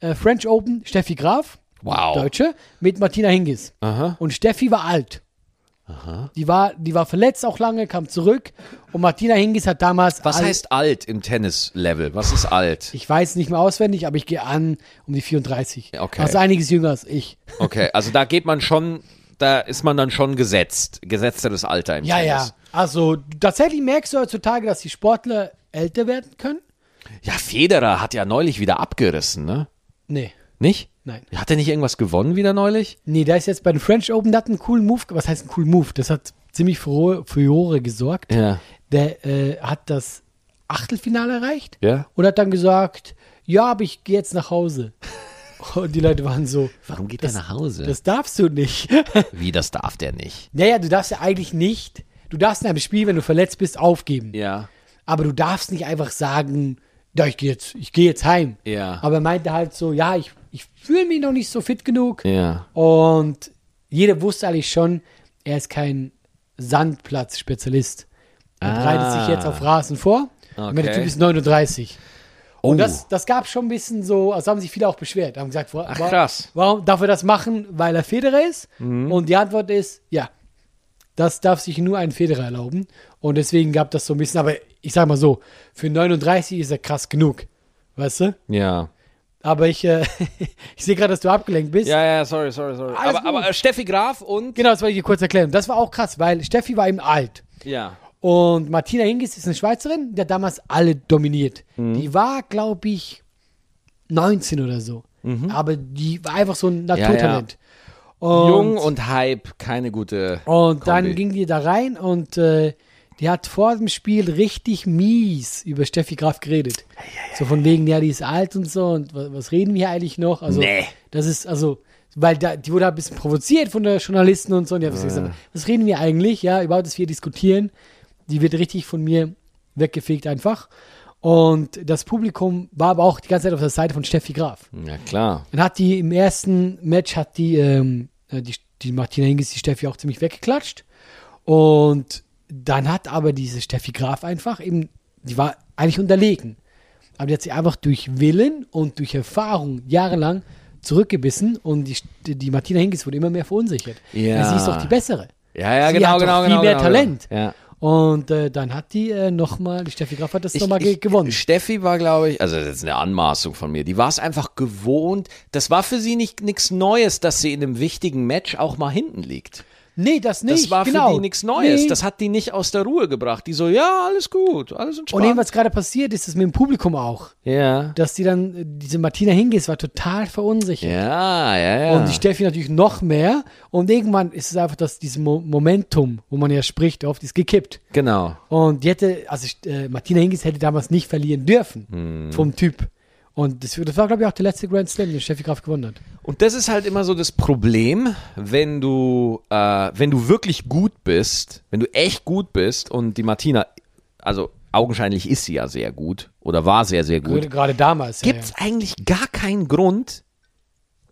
Speaker 2: äh, French Open, Steffi Graf,
Speaker 1: Wow.
Speaker 2: Deutsche, mit Martina Hingis.
Speaker 1: Aha.
Speaker 2: Und Steffi war alt. Die war, die war verletzt auch lange, kam zurück. Und Martina Hingis hat damals.
Speaker 1: Was
Speaker 2: alt-
Speaker 1: heißt alt im Tennis-Level? Was ist alt?
Speaker 2: Ich weiß nicht mehr auswendig, aber ich gehe an um die 34.
Speaker 1: Okay.
Speaker 2: Also einiges jünger als ich.
Speaker 1: Okay, also da geht man schon, da ist man dann schon gesetzt. Gesetzteres Alter im
Speaker 2: Ja, ja.
Speaker 1: Tennis.
Speaker 2: Also tatsächlich merkst du heutzutage, dass die Sportler älter werden können?
Speaker 1: Ja, Federer hat ja neulich wieder abgerissen, ne?
Speaker 2: Nee,
Speaker 1: Nicht?
Speaker 2: nein.
Speaker 1: Hat er nicht irgendwas gewonnen wieder neulich?
Speaker 2: Nee, da ist jetzt bei den French Open, der hat einen coolen Move. ge- Was heißt einen coolen Move? Das hat ziemlich für Furore gesorgt.
Speaker 1: Ja.
Speaker 2: Der äh, hat das Achtelfinale erreicht
Speaker 1: Ja?
Speaker 2: und hat dann gesagt, ja, aber ich gehe jetzt nach Hause. Und die Leute waren so,
Speaker 1: Warum geht
Speaker 2: das,
Speaker 1: er nach Hause?
Speaker 2: Das darfst du nicht.
Speaker 1: Wie, das darf der nicht?
Speaker 2: Naja, du darfst ja eigentlich nicht, du darfst in einem Spiel, wenn du verletzt bist, aufgeben.
Speaker 1: Ja.
Speaker 2: Aber du darfst nicht einfach sagen, ja, ich gehe jetzt, ich gehe jetzt heim.
Speaker 1: Ja.
Speaker 2: Aber er meinte halt so, ja, ich, ich fühle mich noch nicht so fit genug.
Speaker 1: Ja.
Speaker 2: Und jeder wusste eigentlich schon, er ist kein Sandplatz-Spezialist. Er
Speaker 1: Ah.
Speaker 2: bereitet sich jetzt auf Rasen vor. Und der
Speaker 1: Okay.
Speaker 2: Typ ist 39.
Speaker 1: Oh,
Speaker 2: Und das, das gab schon ein bisschen so, also haben sich viele auch beschwert, haben gesagt, wa-
Speaker 1: Ach,
Speaker 2: wa-
Speaker 1: krass.
Speaker 2: warum darf er das machen, weil er Federer ist?
Speaker 1: Mhm.
Speaker 2: Und die Antwort ist, ja, das darf sich nur ein Federer erlauben. Und deswegen gab das so ein bisschen, aber ich sag mal so, für 39 ist er krass genug, weißt du?
Speaker 1: ja.
Speaker 2: Aber ich, äh, ich sehe gerade, dass du abgelenkt bist.
Speaker 1: Ja, ja, sorry, sorry, sorry.
Speaker 2: Alles
Speaker 1: Aber,
Speaker 2: gut.
Speaker 1: aber äh, Steffi Graf und.
Speaker 2: Genau, das wollte ich dir kurz erklären. Das war auch krass, weil Steffi war eben alt.
Speaker 1: Ja.
Speaker 2: Und Martina Hingis ist eine Schweizerin, die hat damals alle dominiert.
Speaker 1: Mhm.
Speaker 2: Die war, glaube ich, 19 oder so.
Speaker 1: Mhm.
Speaker 2: Aber die war einfach so ein Naturtalent. Und,
Speaker 1: Jung und Hype, keine gute.
Speaker 2: Und dann
Speaker 1: Kombi.
Speaker 2: ging die da rein und äh, die hat vor dem Spiel richtig mies über Steffi Graf geredet. So von wegen, ja, die ist alt und so und was, was reden wir hier eigentlich noch? Also,
Speaker 1: Nee.
Speaker 2: das ist, also, weil da, die wurde ein bisschen provoziert von den Journalisten und so und die hat äh. gesagt, was reden wir eigentlich? Ja, überhaupt, dass wir diskutieren. Die wird richtig von mir weggefegt einfach. Und das Publikum war aber auch die ganze Zeit auf der Seite von Steffi Graf.
Speaker 1: Ja, klar.
Speaker 2: Dann hat die im ersten Match hat die, ähm, äh, die, die Martina Hingis, die Steffi auch ziemlich weggeklatscht. Und dann hat aber diese Steffi Graf einfach eben, die war eigentlich unterlegen. Aber die hat sich einfach durch Willen und durch Erfahrung jahrelang zurückgebissen und die, die Martina Hingis wurde immer mehr verunsichert.
Speaker 1: Ja.
Speaker 2: Weil Sie ist doch die bessere.
Speaker 1: Ja, ja,
Speaker 2: Sie
Speaker 1: genau,
Speaker 2: hat doch
Speaker 1: genau,
Speaker 2: viel
Speaker 1: genau.
Speaker 2: mehr
Speaker 1: genau,
Speaker 2: Talent.
Speaker 1: Genau. Ja.
Speaker 2: Und äh, dann hat die äh, nochmal, die Steffi Graf hat das nochmal ge gewonnen.
Speaker 1: Steffi war, glaube ich, also das ist eine Anmaßung von mir, die war es einfach gewohnt. Das war für sie nicht nichts Neues, dass sie in einem wichtigen Match auch mal hinten liegt.
Speaker 2: nee, das nicht.
Speaker 1: Das war
Speaker 2: genau.
Speaker 1: für die nichts Neues.
Speaker 2: Nee.
Speaker 1: Das hat die nicht aus der Ruhe gebracht. Die so, ja, alles gut, alles
Speaker 2: Und eben,
Speaker 1: entspannt.
Speaker 2: was gerade passiert ist, ist mit dem Publikum auch.
Speaker 1: ja.
Speaker 2: Dass die dann, äh, diese Martina Hingis war total verunsichert.
Speaker 1: Ja, ja, ja.
Speaker 2: Und die Steffi natürlich noch mehr. Und irgendwann ist es einfach, dass dieses Mo Momentum, wo man ja spricht, oft ist gekippt.
Speaker 1: genau.
Speaker 2: Und die hätte, also äh, Martina Hingis hätte damals nicht verlieren
Speaker 1: Hm.
Speaker 2: dürfen vom Typ. Und das, das war, glaube ich, auch der letzte Grand Slam, den Steffi Graf gewonnen hat.
Speaker 1: Und das ist halt immer so das Problem, wenn du, äh, wenn du wirklich gut bist, wenn du echt gut bist und die Martina, also augenscheinlich ist sie ja sehr gut oder war sehr, sehr
Speaker 2: Gerade-
Speaker 1: gut,
Speaker 2: Gerade damals.
Speaker 1: gibt es eigentlich gar keinen Grund,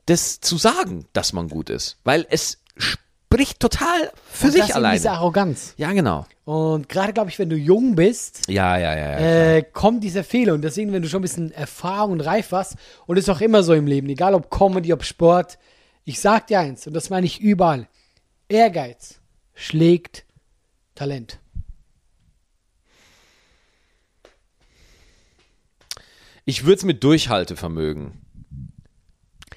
Speaker 1: das zu sagen, dass man gut ist. Weil es spricht total für
Speaker 2: ja, ja. Und Also das
Speaker 1: sich
Speaker 2: eben Diese
Speaker 1: alleine.
Speaker 2: Arroganz.
Speaker 1: Ja, genau.
Speaker 2: Und gerade, glaube ich, wenn du jung bist,
Speaker 1: Ja, ja, ja. ja.
Speaker 2: äh, kommen diese Fehler. Und deswegen, wenn du schon ein bisschen Erfahrung und reif warst, und ist auch immer so im Leben, egal ob Comedy, ob Sport, ich sag dir eins, und das meine ich überall: Ehrgeiz schlägt Talent.
Speaker 1: ich würde es mit Durchhaltevermögen.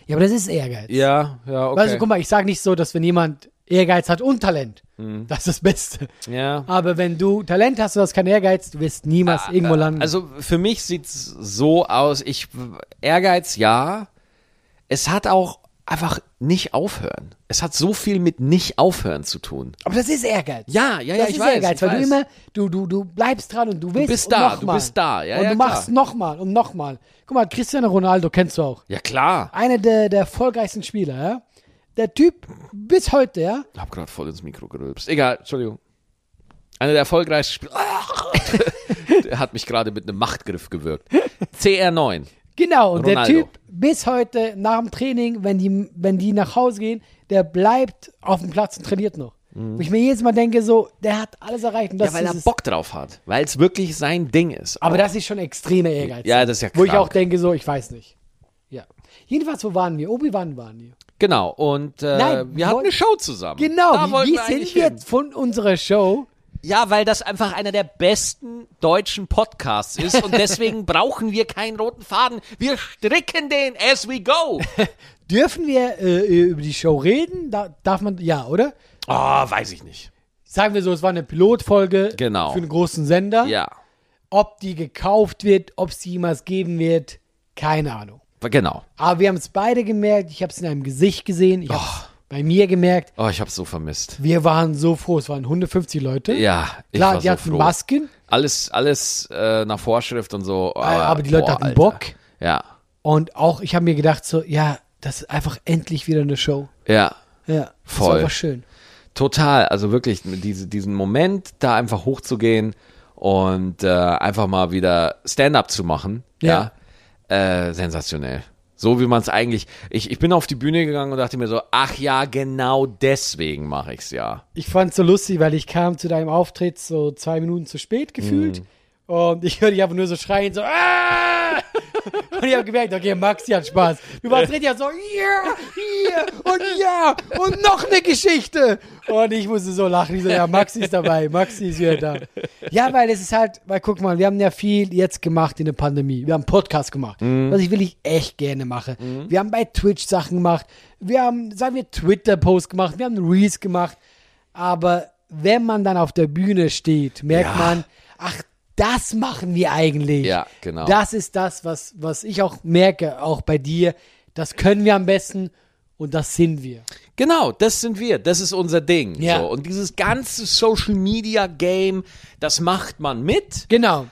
Speaker 2: Ja, aber das ist Ehrgeiz.
Speaker 1: Ja, ja, okay.
Speaker 2: Also guck mal, ich sage nicht so, dass wenn jemand Ehrgeiz hat und Talent,
Speaker 1: Mhm.
Speaker 2: das ist das Beste.
Speaker 1: ja.
Speaker 2: Aber wenn du Talent hast und hast keinen Ehrgeiz, du wirst niemals irgendwo landen.
Speaker 1: Also für mich sieht es so aus, ich Ehrgeiz ja. Es hat auch einfach nicht aufhören. Es hat so viel mit nicht aufhören zu tun.
Speaker 2: aber das ist Ehrgeiz.
Speaker 1: Ja, ja, ja,
Speaker 2: das
Speaker 1: ich
Speaker 2: ist
Speaker 1: weiß. ich
Speaker 2: Ehrgeiz, weil
Speaker 1: weiß.
Speaker 2: du immer, du, du, du bleibst dran und du willst
Speaker 1: bist
Speaker 2: und
Speaker 1: da,
Speaker 2: noch
Speaker 1: du
Speaker 2: mal.
Speaker 1: bist da. Ja,
Speaker 2: und
Speaker 1: ja,
Speaker 2: du
Speaker 1: klar.
Speaker 2: machst nochmal und nochmal. Guck mal, Cristiano Ronaldo kennst du auch.
Speaker 1: Ja klar.
Speaker 2: Einer der, der erfolgreichsten Spieler, ja. Der Typ bis heute, ja.
Speaker 1: Ich hab gerade voll ins Mikro gerülpst. Egal, Entschuldigung. Einer der erfolgreichsten Spieler. der hat mich gerade mit einem Machtgriff gewirkt. CR9.
Speaker 2: Genau, und
Speaker 1: Ronaldo.
Speaker 2: der Typ bis heute nach dem Training, wenn die, wenn die nach Hause gehen, der bleibt auf dem Platz und trainiert noch. Wo ich mir jedes Mal denke, so, der hat alles erreicht. Und das
Speaker 1: Mhm. Ja, weil
Speaker 2: ist
Speaker 1: er
Speaker 2: es.
Speaker 1: Bock drauf hat. Weil es wirklich sein Ding ist.
Speaker 2: Aber das ist schon extremer Ehrgeiz.
Speaker 1: Ja, das ist ja
Speaker 2: Wo ich
Speaker 1: krank.
Speaker 2: auch denke, so, ich weiß nicht. Ja. Jedenfalls, wo waren wir? Obi-Wan waren wir.
Speaker 1: Genau. Und äh,
Speaker 2: Nein,
Speaker 1: wir hatten
Speaker 2: woll-
Speaker 1: eine Show zusammen.
Speaker 2: Genau,
Speaker 1: Da wollten
Speaker 2: wie, wie
Speaker 1: wir eigentlich
Speaker 2: sind wir
Speaker 1: hin.
Speaker 2: jetzt von unserer Show?
Speaker 1: Ja, weil das einfach einer der besten deutschen Podcasts ist und deswegen brauchen wir keinen roten Faden. Wir stricken den as we go.
Speaker 2: Dürfen wir äh, über die Show reden? Da, darf man, ja, oder?
Speaker 1: Ah, weiß ich nicht.
Speaker 2: Sagen wir so, es war eine Pilotfolge
Speaker 1: Genau.
Speaker 2: für einen großen Sender.
Speaker 1: Ja,
Speaker 2: Ob die gekauft wird, ob es die jemals geben wird, keine Ahnung.
Speaker 1: genau.
Speaker 2: Aber wir haben es beide gemerkt. Ich habe es in einem Gesicht gesehen. Ich habe es bei mir gemerkt.
Speaker 1: Oh, ich hab's so vermisst.
Speaker 2: Wir waren so froh. Es waren 150 Leute.
Speaker 1: Ja, ich
Speaker 2: Klar,
Speaker 1: war
Speaker 2: die
Speaker 1: so
Speaker 2: hatten
Speaker 1: froh.
Speaker 2: Masken.
Speaker 1: Alles, alles äh, nach Vorschrift und so. Aber,
Speaker 2: Ah, aber die Leute
Speaker 1: boah,
Speaker 2: hatten
Speaker 1: Alter.
Speaker 2: Bock.
Speaker 1: Ja,
Speaker 2: Und auch, ich habe mir gedacht, so, ja, das ist einfach endlich wieder eine Show.
Speaker 1: ja.
Speaker 2: Ja, Das
Speaker 1: Voll.
Speaker 2: war einfach schön.
Speaker 1: Total, also wirklich diese, diesen Moment, da einfach hochzugehen und äh, einfach mal wieder Stand-up zu machen. Ja.
Speaker 2: Ja.
Speaker 1: Äh, sensationell. So wie man es eigentlich. Ich, ich bin auf die Bühne gegangen und dachte mir so, ach ja, genau deswegen mache ich's ja.
Speaker 2: Ich fand es so lustig, weil ich kam zu deinem Auftritt so zwei Minuten zu spät gefühlt. Und ich höre dich einfach nur so schreien, so, "Ah!" Und ich habe gemerkt, okay, Maxi hat Spaß. Du warst richtig so, ja, hier und ja und noch eine Geschichte. Und ich musste so lachen. Ich so, ja, Maxi ist dabei, Maxi ist wieder da. Ja, weil es ist halt, weil guck mal, wir haben ja viel jetzt gemacht in der Pandemie. Wir haben Podcast gemacht, was ich wirklich echt gerne mache. Wir haben bei Twitch Sachen gemacht. Wir haben, sagen wir, Twitter-Posts gemacht. Wir haben Reels gemacht. Aber wenn man dann auf der Bühne steht, merkt
Speaker 1: Ja.
Speaker 2: man, ach, das machen wir eigentlich.
Speaker 1: Ja, genau.
Speaker 2: Das ist das, was, was ich auch merke, auch bei dir. Das können wir am besten und das sind wir.
Speaker 1: Genau, das sind wir, das ist unser Ding.
Speaker 2: Ja.
Speaker 1: So. Und dieses ganze Social Media Game, das macht man mit,
Speaker 2: Genau.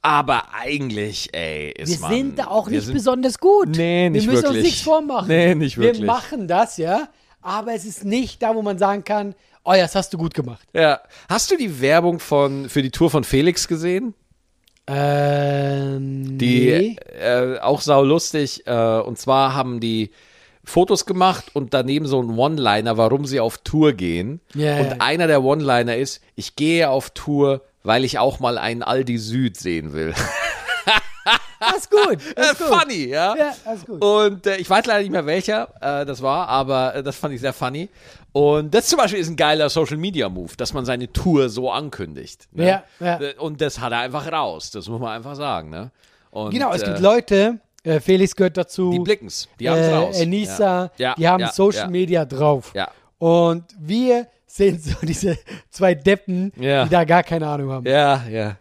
Speaker 1: aber eigentlich, ey, ist
Speaker 2: Wir
Speaker 1: man.
Speaker 2: sind da auch
Speaker 1: wir
Speaker 2: nicht
Speaker 1: sind-
Speaker 2: besonders gut.
Speaker 1: Nee, nicht
Speaker 2: Wir müssen
Speaker 1: wirklich.
Speaker 2: uns nichts vormachen.
Speaker 1: Nee, nicht wirklich.
Speaker 2: Wir machen das, ja. Aber es ist nicht da, wo man sagen kann, oh ja, das hast du gut gemacht.
Speaker 1: Ja. Hast du die Werbung von, für die Tour von Felix gesehen?
Speaker 2: Ähm,
Speaker 1: Die
Speaker 2: nee.
Speaker 1: äh, auch saulustig. Äh, und zwar haben die Fotos gemacht und daneben so ein One-Liner, warum sie auf Tour gehen.
Speaker 2: Ja,
Speaker 1: und
Speaker 2: ja.
Speaker 1: einer der One-Liner ist, ich gehe auf Tour, weil ich auch mal einen Aldi Süd sehen will.
Speaker 2: Alles gut.
Speaker 1: Äh,
Speaker 2: Alles gut.
Speaker 1: funny, ja.
Speaker 2: Ja, alles gut.
Speaker 1: Und äh, ich weiß leider nicht mehr welcher äh, das war, aber äh, das fand ich sehr funny. Und das zum Beispiel ist ein geiler Social Media Move, dass man seine Tour so ankündigt. Ne?
Speaker 2: Ja, ja.
Speaker 1: Äh, Und das hat er einfach raus, das muss man einfach sagen. Ne? Und,
Speaker 2: Genau, es
Speaker 1: äh,
Speaker 2: gibt Leute, äh, Felix gehört dazu.
Speaker 1: Die blicken's, die haben's raus.
Speaker 2: äh, Enisa,
Speaker 1: Ja. Ja,
Speaker 2: die haben
Speaker 1: ja,
Speaker 2: Social
Speaker 1: ja.
Speaker 2: Media drauf.
Speaker 1: Ja.
Speaker 2: Und wir sind so diese zwei Deppen,
Speaker 1: Ja.
Speaker 2: die da gar keine Ahnung haben.
Speaker 1: Ja, ja.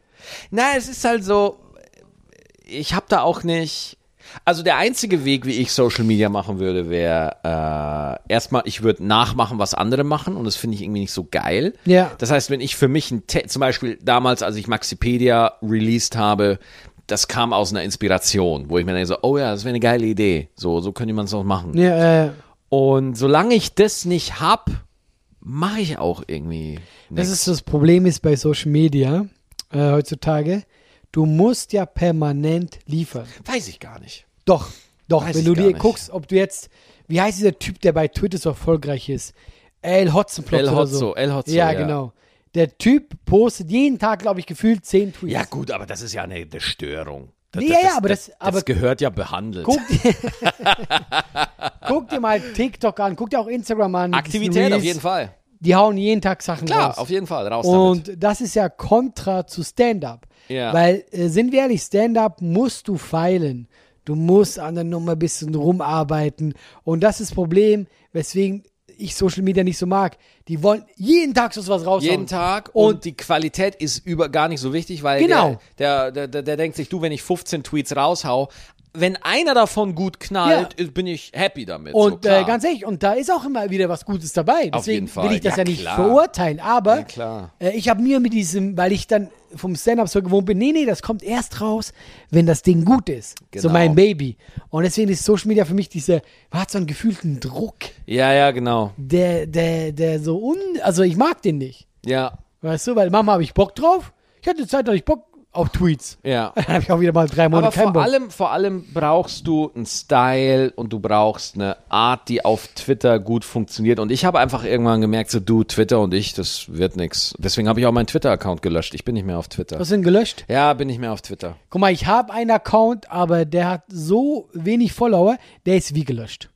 Speaker 1: Na, es ist halt so, ich habe da auch nicht. Also der einzige Weg, wie ich Social Media machen würde, wäre äh, erstmal, ich würde nachmachen, was andere machen und das finde ich irgendwie nicht so geil.
Speaker 2: Ja.
Speaker 1: Das heißt, wenn ich für mich ein Te zum Beispiel damals, als ich Maxipedia released habe, das kam aus einer Inspiration, wo ich mir denke so, oh ja, das wäre eine geile Idee. So, so könnte man es auch machen.
Speaker 2: Ja, äh,
Speaker 1: Und solange ich das nicht hab, mache ich auch irgendwie
Speaker 2: das
Speaker 1: nichts.
Speaker 2: ist das Problem ist bei Social Media äh, heutzutage. Du musst ja permanent liefern.
Speaker 1: Weiß ich gar nicht.
Speaker 2: Doch, doch.
Speaker 1: Weiß
Speaker 2: wenn
Speaker 1: ich
Speaker 2: du
Speaker 1: gar
Speaker 2: dir
Speaker 1: nicht.
Speaker 2: guckst, ob du jetzt, wie heißt dieser Typ, der bei Twitter so erfolgreich ist? El Hotzenplotz
Speaker 1: El
Speaker 2: oder
Speaker 1: Hotzo,
Speaker 2: so.
Speaker 1: El Hotzo,
Speaker 2: ja,
Speaker 1: ja.
Speaker 2: genau. Der Typ postet jeden Tag, glaube ich, gefühlt zehn Tweets.
Speaker 1: Ja, gut, aber das ist ja eine, eine Störung. Das,
Speaker 2: Nee, ja, ja, aber das- aber-
Speaker 1: gehört ja behandelt.
Speaker 2: Guck dir, guck dir mal TikTok an, guck dir auch Instagram an. diesen
Speaker 1: Aktivität
Speaker 2: Reels.
Speaker 1: auf jeden Fall.
Speaker 2: Die hauen jeden Tag Sachen
Speaker 1: Klar,
Speaker 2: raus.
Speaker 1: auf jeden Fall. Raus damit.
Speaker 2: Und das ist ja kontra zu Stand-up.
Speaker 1: Ja.
Speaker 2: Weil, äh, sind wir ehrlich, Stand-up musst du feilen. Du musst an der Nummer ein bisschen rumarbeiten. Und das ist das Problem, weswegen ich Social Media nicht so mag. Die wollen jeden Tag so was raushauen.
Speaker 1: Jeden Tag und,
Speaker 2: Und,
Speaker 1: die Qualität ist über gar nicht so wichtig, weil
Speaker 2: Genau.
Speaker 1: der, der, der, der, der denkt sich, du, wenn ich 15 Tweets raushau, wenn einer davon gut knallt, ist- bin ich happy damit. so,
Speaker 2: und äh,
Speaker 1: klar.
Speaker 2: ganz ehrlich, und da ist auch immer wieder was Gutes dabei. Deswegen
Speaker 1: Auf jeden Fall.
Speaker 2: will ich das ja,
Speaker 1: Ja,
Speaker 2: nicht
Speaker 1: klar.
Speaker 2: verurteilen. Aber
Speaker 1: Ja, klar.
Speaker 2: Äh, ich habe mir mit diesem, weil ich dann vom Stand-Up so gewohnt bin, nee, nee, das kommt erst raus, wenn das Ding gut ist. So
Speaker 1: Genau.
Speaker 2: mein Baby. Und deswegen ist Social Media für mich diese, man hat so einen gefühlten Druck,
Speaker 1: ja, ja, genau.
Speaker 2: der, der, der so un, also ich mag den nicht.
Speaker 1: Ja,
Speaker 2: Weißt du, weil Mama habe ich Bock drauf. Ich hatte Zeit, da hatte ich Bock auf Tweets.
Speaker 1: ja.
Speaker 2: Dann habe ich auch wieder mal drei Monate
Speaker 1: Aber
Speaker 2: keinen
Speaker 1: vor
Speaker 2: Bock.
Speaker 1: allem, vor allem brauchst du einen Style und du brauchst eine Art, die auf Twitter gut funktioniert. Und ich habe einfach irgendwann gemerkt, so du, Twitter und ich, das wird nix. Deswegen habe ich auch meinen Twitter-Account gelöscht. Ich bin nicht mehr auf Twitter.
Speaker 2: Hast du ihn gelöscht?
Speaker 1: Ja, bin nicht mehr auf Twitter.
Speaker 2: Guck mal, ich habe einen Account, aber der hat so wenig Follower, der ist wie gelöscht.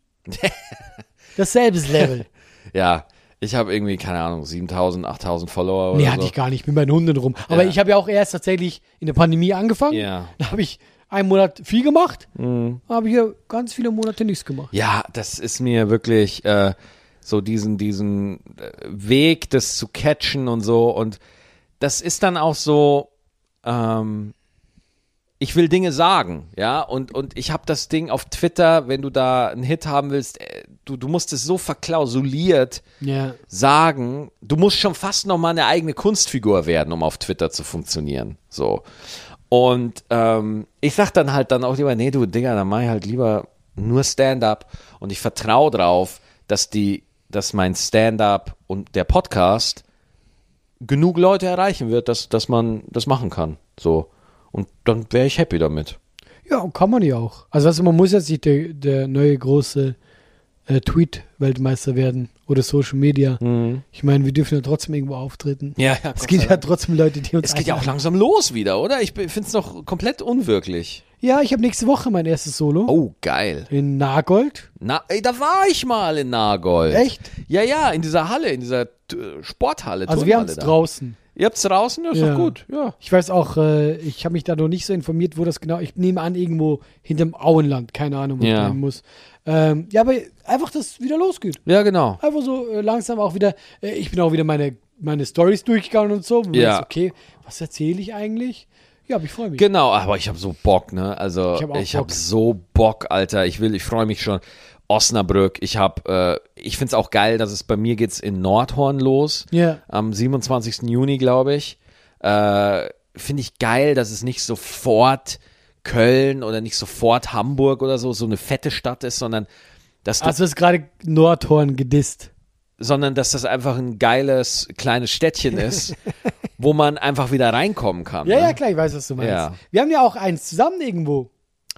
Speaker 2: Dasselbe Level.
Speaker 1: Ja, ich habe irgendwie, keine Ahnung, 7000, 8000 Follower oder
Speaker 2: Nee,
Speaker 1: so.
Speaker 2: hatte ich gar nicht. Ich bin bei den Hunden rum. Aber
Speaker 1: Also. Ja.
Speaker 2: ich habe ja auch erst tatsächlich in der Pandemie angefangen.
Speaker 1: Ja. Mhm.
Speaker 2: Da habe ich einen Monat viel gemacht. Habe hier ganz viele Monate nichts gemacht.
Speaker 1: Ja, das ist mir wirklich äh, so diesen, diesen äh, Weg, das zu catchen und so. Und das ist dann auch so, ähm, ich will Dinge sagen, ja, und, und ich habe das Ding auf Twitter, wenn du da einen Hit haben willst, äh, du, du musst es so verklausuliert
Speaker 2: Ja.
Speaker 1: sagen, du musst schon fast noch mal eine eigene Kunstfigur werden, um auf Twitter zu funktionieren. So. Und ähm, ich sag dann halt dann auch lieber, nee, du Digga, dann mach ich halt lieber nur Stand-up und ich vertraue drauf, dass die, dass mein Stand-up und der Podcast genug Leute erreichen wird, dass, dass man das machen kann. So. Und dann wäre ich happy damit.
Speaker 2: Ja, und kann man ja auch. Also weißt du, man muss jetzt nicht der, der neue große äh, Tweet-Weltmeister werden oder Social Media. Ich meine, wir dürfen ja trotzdem irgendwo auftreten.
Speaker 1: Mhm. Ja, ja,
Speaker 2: Es gibt ja trotzdem Leute, die uns
Speaker 1: es geht ja auch
Speaker 2: einladen.
Speaker 1: langsam los wieder, oder? Ich finde es noch komplett unwirklich.
Speaker 2: Ja, ich habe nächste Woche mein erstes Solo
Speaker 1: Oh, geil.
Speaker 2: in Nagold.
Speaker 1: Na, ey, da war ich mal in Nagold.
Speaker 2: Echt?
Speaker 1: Ja, ja, in dieser Halle, in dieser äh, Sporthalle.
Speaker 2: Also wir
Speaker 1: Turnhalle
Speaker 2: haben es
Speaker 1: da.
Speaker 2: draußen.
Speaker 1: Ihr habt's draußen, ja, ist
Speaker 2: Ja.
Speaker 1: doch gut, ja.
Speaker 2: Ich weiß auch, äh, ich habe mich da noch nicht so informiert, wo das genau. Ich nehme an, irgendwo hinterm Auenland, keine Ahnung, wo
Speaker 1: Ja.
Speaker 2: ich sein muss. Ähm, ja, aber einfach, dass es wieder losgeht.
Speaker 1: Ja, genau.
Speaker 2: Einfach so äh, langsam auch wieder. Äh, ich bin auch wieder meine, meine Stories durchgegangen und so. wo man
Speaker 1: Ja.
Speaker 2: ist, Okay, was erzähle ich eigentlich? Ja, aber ich freue mich.
Speaker 1: Genau, aber ich habe so Bock, ne? Also
Speaker 2: Ich hab auch
Speaker 1: ich habe
Speaker 2: Bock.
Speaker 1: hab so Bock, Alter. Ich will, ich freue mich schon. Osnabrück, ich habe, äh, ich find's auch geil, dass es bei mir geht's in Nordhorn los.
Speaker 2: Ja.
Speaker 1: Am 27. Juni, glaube ich. Äh, Finde ich geil, dass es nicht sofort Köln oder nicht sofort Hamburg oder so, so eine fette Stadt ist, sondern dass du
Speaker 2: also ist gerade Nordhorn gedisst.
Speaker 1: sondern dass das einfach ein geiles kleines Städtchen ist, wo man einfach wieder reinkommen kann.
Speaker 2: Ja,
Speaker 1: ne?
Speaker 2: ja, klar, ich weiß, was du meinst.
Speaker 1: Ja.
Speaker 2: Wir haben ja auch eins zusammen irgendwo.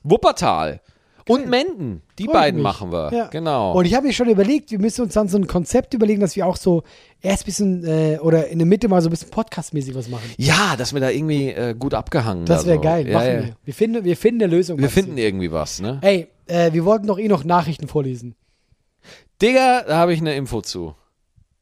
Speaker 1: Wuppertal. Und Menden, die
Speaker 2: Freut
Speaker 1: beiden
Speaker 2: mich.
Speaker 1: machen wir.
Speaker 2: Ja.
Speaker 1: Genau.
Speaker 2: Und ich habe mir schon überlegt, wir müssen uns dann so ein Konzept überlegen, dass wir auch so erst ein bisschen äh, oder in der Mitte mal so ein bisschen podcastmäßig was machen.
Speaker 1: ja, dass wir da irgendwie äh, gut abgehangen
Speaker 2: Das
Speaker 1: da
Speaker 2: wäre
Speaker 1: so.
Speaker 2: geil.
Speaker 1: Ja,
Speaker 2: Machen
Speaker 1: ja.
Speaker 2: wir. Wir finden, wir finden eine Lösung.
Speaker 1: Wir
Speaker 2: Maxi.
Speaker 1: finden irgendwie was, ne?
Speaker 2: Ey, äh, wir wollten doch eh noch Nachrichten vorlesen.
Speaker 1: Digga, da habe ich eine Info zu.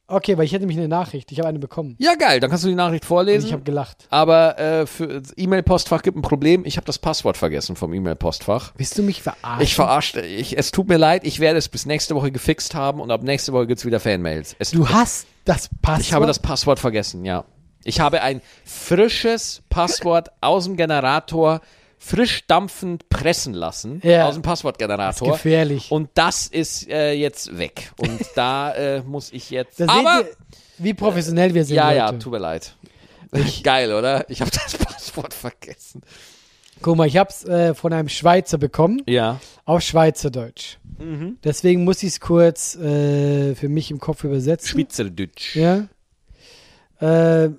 Speaker 2: Okay, weil ich hätte mich eine Nachricht. Ich habe eine bekommen.
Speaker 1: Ja, geil, dann kannst du die Nachricht
Speaker 2: Und
Speaker 1: vorlesen.
Speaker 2: ich habe gelacht.
Speaker 1: aber äh, für das E-Mail-Postfach gibt ein Problem. Ich habe das Passwort vergessen vom E-Mail-Postfach.
Speaker 2: Willst du mich verarschen?
Speaker 1: Ich verarscht, ich, es tut mir leid, ich werde es bis nächste Woche gefixt haben und ab nächste Woche gibt's wieder Fanmails. Es,
Speaker 2: du hast das Passwort.
Speaker 1: ich habe das Passwort vergessen, ja. Ich habe ein frisches Passwort aus dem Generator frisch dampfend pressen lassen
Speaker 2: Ja.
Speaker 1: aus dem Passwortgenerator.
Speaker 2: Das ist gefährlich.
Speaker 1: Und das ist äh, jetzt weg. Und da äh, muss ich jetzt.
Speaker 2: Da
Speaker 1: aber
Speaker 2: seht ihr, wie professionell wir sind.
Speaker 1: ja,
Speaker 2: Leute.
Speaker 1: ja, tut mir leid. Geil, oder? Ich habe das Passwort vergessen.
Speaker 2: Guck mal, ich hab's äh, von einem Schweizer bekommen.
Speaker 1: Ja.
Speaker 2: Auf Schweizerdeutsch.
Speaker 1: Mhm.
Speaker 2: Hm. Deswegen muss ich es kurz äh, für mich im Kopf übersetzen.
Speaker 1: Schweizerdeutsch.
Speaker 2: Ja. Äh,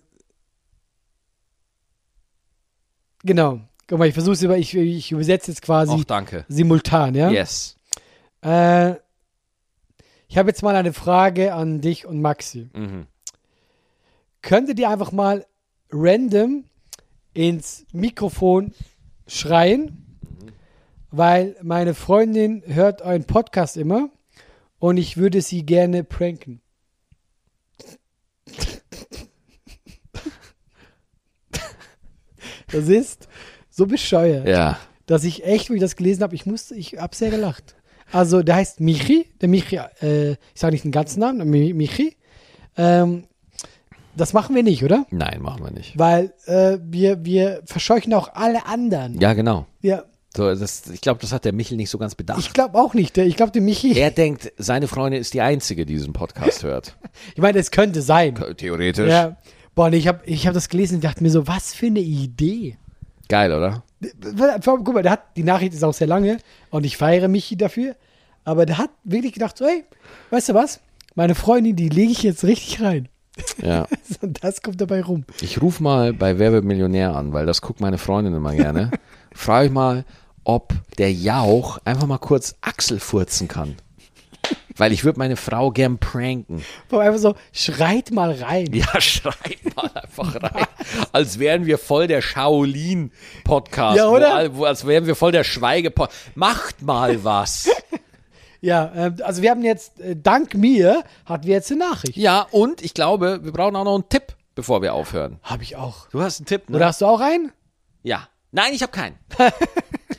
Speaker 2: genau. Guck mal, ich versuche es über, ich, ich übersetze jetzt quasi
Speaker 1: Och, danke.
Speaker 2: simultan, ja?
Speaker 1: Yes.
Speaker 2: Äh, ich habe jetzt mal eine Frage an dich und Maxi.
Speaker 1: Mhm.
Speaker 2: Könntet ihr einfach mal random ins Mikrofon schreien? Weil meine Freundin hört euren Podcast immer und ich würde sie gerne pranken. Das ist so bescheuert,
Speaker 1: Ja.
Speaker 2: dass ich echt, wo ich das gelesen habe, ich musste, ich habe sehr gelacht. Also der heißt Michi, der Michi, äh, ich sage nicht den ganzen Namen, aber Mi- Michi. Ähm, das machen wir nicht, oder?
Speaker 1: Nein, machen wir nicht.
Speaker 2: Weil äh, wir, wir verscheuchen auch alle anderen.
Speaker 1: Ja, genau.
Speaker 2: Ja.
Speaker 1: So, das, ich glaube, das hat der Michel nicht so ganz bedacht.
Speaker 2: Ich glaube auch nicht. Der- Ich glaube, der Michi,
Speaker 1: er denkt, seine Freundin ist die Einzige, die diesen Podcast hört.
Speaker 2: ich meine, es könnte sein.
Speaker 1: Theoretisch.
Speaker 2: Ja. Boah, und ich habe ich hab das gelesen und dachte mir so, was für eine Idee.
Speaker 1: Geil, oder?
Speaker 2: Guck mal, der hat, die Nachricht ist auch sehr lange und ich feiere Michi dafür. Aber der hat wirklich gedacht, so, hey, weißt du was? Meine Freundin, die lege ich jetzt richtig rein.
Speaker 1: Ja.
Speaker 2: Und das kommt dabei rum.
Speaker 1: Ich rufe mal bei Werbe Millionär an, weil das guckt meine Freundin immer gerne. Frage ich mal, ob der Jauch einfach mal kurz Axel furzen kann. Weil ich würde meine Frau gern pranken.
Speaker 2: Vor allem einfach so, schreit mal rein.
Speaker 1: Ja, schreit mal einfach rein. Als wären wir voll der Shaolin-Podcast.
Speaker 2: Ja, oder?
Speaker 1: Wo, wo, als wären wir voll der Schweige-Podcast. Macht mal was.
Speaker 2: Ja, ähm, also wir haben jetzt, äh, dank mir, hatten wir jetzt eine Nachricht.
Speaker 1: Ja, und ich glaube, wir brauchen auch noch einen Tipp, bevor wir aufhören.
Speaker 2: Habe ich auch.
Speaker 1: Du hast einen Tipp, ne?
Speaker 2: Oder hast du auch einen?
Speaker 1: Ja. Nein, ich habe keinen.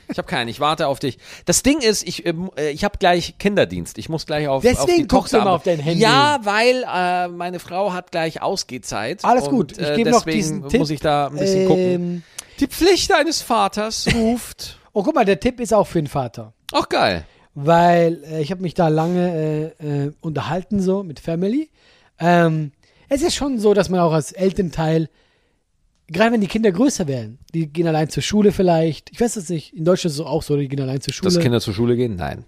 Speaker 1: ich habe keinen. Ich warte auf dich. Das Ding ist, ich, ähm, äh, ich habe gleich Kinderdienst. Ich muss gleich auf, auf
Speaker 2: Deswegen
Speaker 1: die
Speaker 2: guckst
Speaker 1: Tochter
Speaker 2: du immer
Speaker 1: ab-
Speaker 2: auf dein Handy.
Speaker 1: Ja, weil äh, meine Frau hat gleich Ausgehzeit.
Speaker 2: Alles
Speaker 1: und,
Speaker 2: gut. Ich
Speaker 1: äh,
Speaker 2: gebe noch
Speaker 1: deswegen
Speaker 2: diesen Tipp.
Speaker 1: muss ich da ein bisschen gucken.
Speaker 2: Ähm,
Speaker 1: Die Pflicht eines Vaters ruft.
Speaker 2: Oh, guck mal, der Tipp ist auch für den Vater.
Speaker 1: Auch geil.
Speaker 2: Weil äh, ich habe mich da lange äh, äh, unterhalten so mit Family. Ähm, es ist schon so, dass man auch als Elternteil, gerade wenn die Kinder größer werden, die gehen allein zur Schule vielleicht. Ich weiß es nicht. In Deutschland ist es auch so, die gehen allein zur Schule.
Speaker 1: Dass Kinder zur Schule gehen? Nein.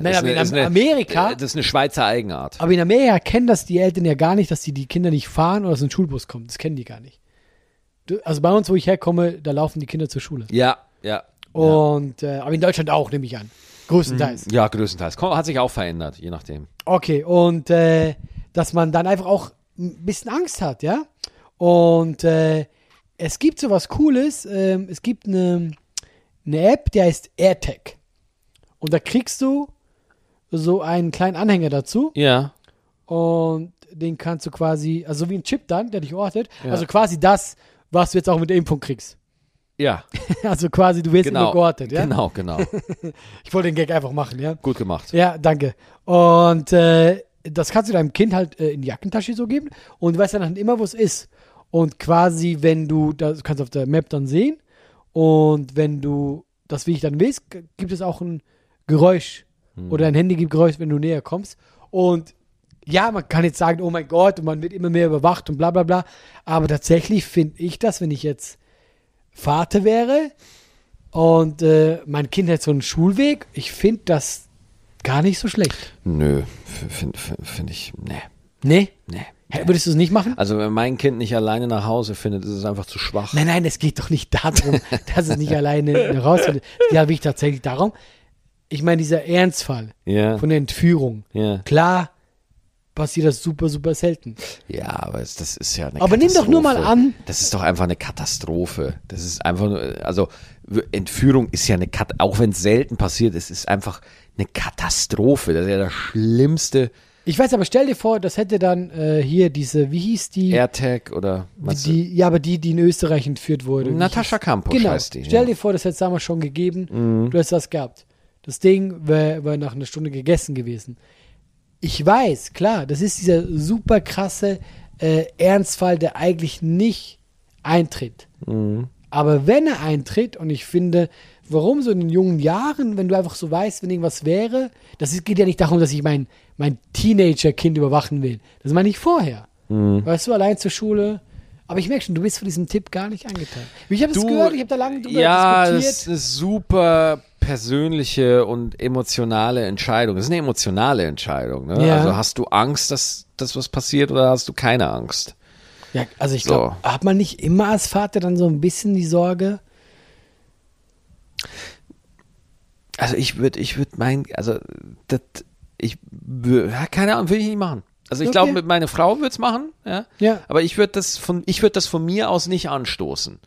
Speaker 1: Nein,
Speaker 2: aber in Amerika-
Speaker 1: äh, Das ist eine Schweizer Eigenart.
Speaker 2: Aber in Amerika kennen das die Eltern ja gar nicht, dass die die Kinder nicht fahren oder dass ein Schulbus kommt. Das kennen die gar nicht. Du- Also bei uns, wo ich herkomme, da laufen die Kinder zur Schule.
Speaker 1: Ja, ja.
Speaker 2: Und äh, aber in Deutschland auch, nehme ich an. Größtenteils.
Speaker 1: Ja, größtenteils. Komm, Hat sich auch verändert, je nachdem.
Speaker 2: Okay, und äh, dass man dann einfach auch ein bisschen Angst hat, ja? Und äh, es gibt so was Cooles. Ähm, es gibt eine, eine App, die heißt AirTag. Und da kriegst du so einen kleinen Anhänger dazu.
Speaker 1: Ja.
Speaker 2: Und den kannst du quasi, also wie ein Chip dann, der dich ortet. Also quasi das, was du jetzt auch mit der Impfung kriegst.
Speaker 1: Ja,
Speaker 2: Also quasi, du wirst immer
Speaker 1: genau.
Speaker 2: geortet, ja?
Speaker 1: Genau, genau.
Speaker 2: Ich wollte den Gag einfach machen, ja?
Speaker 1: Gut gemacht.
Speaker 2: Ja, danke. Und äh, das kannst du deinem Kind halt äh, in die Jackentasche so geben und du weißt dann immer, wo es ist. Und quasi, wenn du, das kannst du auf der Map dann sehen und wenn du das Weg dann willst, g- gibt es auch ein Geräusch oder ein Handy gibt Geräusch, wenn du näher kommst. Und ja, man kann jetzt sagen, oh mein Gott, und man wird immer mehr überwacht und bla bla bla. Aber tatsächlich finde ich das, wenn ich jetzt Vater wäre und äh, mein Kind hat so einen Schulweg, ich finde das gar nicht so schlecht.
Speaker 1: Nö, finde find, find ich, ne. nee,
Speaker 2: Nee?
Speaker 1: nee.
Speaker 2: Hä, würdest du es nicht machen?
Speaker 1: Also wenn mein Kind nicht alleine nach Hause findet, ist es einfach zu
Speaker 2: Ne.
Speaker 1: schwach.
Speaker 2: Nein, nein, es geht doch nicht darum, dass es nicht alleine rausfindet. Ja, wie ich tatsächlich darum, ich meine, dieser Ernstfall
Speaker 1: Ja.
Speaker 2: von der Entführung.
Speaker 1: Ja.
Speaker 2: Klar passiert das super, super selten.
Speaker 1: Ja, aber es- das ist ja eine
Speaker 2: Aber nimm doch nur mal
Speaker 1: Katastrophe.
Speaker 2: an-
Speaker 1: Das ist doch einfach eine Katastrophe. Das ist einfach nur, also w- Entführung ist ja eine Katastrophe, auch wenn es selten passiert, es ist einfach eine Katastrophe. Das ist ja das schlimmste
Speaker 2: Ich weiß aber, stell dir vor, das hätte dann äh, hier diese, wie hieß die?
Speaker 1: AirTag oder meinst du?
Speaker 2: die ja, aber die, die in Österreich entführt wurde. Wie
Speaker 1: Natascha
Speaker 2: hieß-
Speaker 1: Kampusch
Speaker 2: genau.
Speaker 1: heißt die,
Speaker 2: Stell
Speaker 1: ja. Mhm.
Speaker 2: dir vor, das hätte es damals schon gegeben. Du hättest das gehabt. Das Ding wäre wär nach einer Stunde gegessen gewesen. Ich weiß, klar, das ist dieser super krasse äh, Ernstfall, der eigentlich nicht eintritt. Mhm. Aber wenn er eintritt, und ich finde, warum so in den jungen Jahren, wenn du einfach so weißt, wenn irgendwas wäre, das ist- geht ja nicht darum, dass ich mein, mein Teenager-Kind überwachen will. Das meine ich vorher. Weißt du, allein zur Schule. Aber ich merke schon, du bist von diesem Tipp gar nicht angetan. Ich habe es gehört, ich habe da lange drüber
Speaker 1: ja,
Speaker 2: diskutiert.
Speaker 1: das ist eine super persönliche und emotionale Entscheidung. Das ist eine emotionale Entscheidung. Ne?
Speaker 2: Ja.
Speaker 1: Also hast du Angst, dass, dass was passiert oder hast du keine Angst?
Speaker 2: Ja, also ich
Speaker 1: So.
Speaker 2: glaube, hat man nicht immer als Vater dann so ein bisschen die Sorge?
Speaker 1: Also ich würde, ich würde mein, also das, ich, wür- ja, keine Ahnung, würde ich nicht machen. Also ich
Speaker 2: Okay.
Speaker 1: glaube, mit meiner Frau würde es machen, ja.
Speaker 2: Ja.
Speaker 1: Aber ich würde das von, ich würde das von mir aus nicht anstoßen.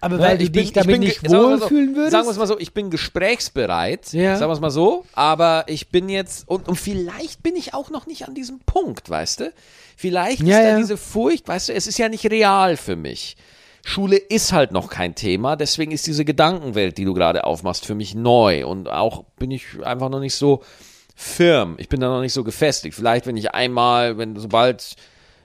Speaker 2: Aber
Speaker 1: Ne?
Speaker 2: weil
Speaker 1: ich
Speaker 2: du
Speaker 1: bin-
Speaker 2: dich
Speaker 1: ich
Speaker 2: damit
Speaker 1: bin ge-
Speaker 2: nicht
Speaker 1: sagen wir mal so-
Speaker 2: wohlfühlen würdest?
Speaker 1: Sagen wir es mal so, ich bin gesprächsbereit,
Speaker 2: Ja.
Speaker 1: sagen wir es mal so, aber ich bin jetzt, und, und vielleicht bin ich auch noch nicht an diesem Punkt, weißt du? Vielleicht
Speaker 2: Ja,
Speaker 1: ist da
Speaker 2: ja.
Speaker 1: diese Furcht, weißt du, es ist ja nicht real für mich. Schule ist halt noch kein Thema, deswegen ist diese Gedankenwelt, die du gerade aufmachst, für mich neu und auch bin ich einfach noch nicht so firm. Ich bin da noch nicht so gefestigt. Vielleicht, wenn ich einmal, wenn sobald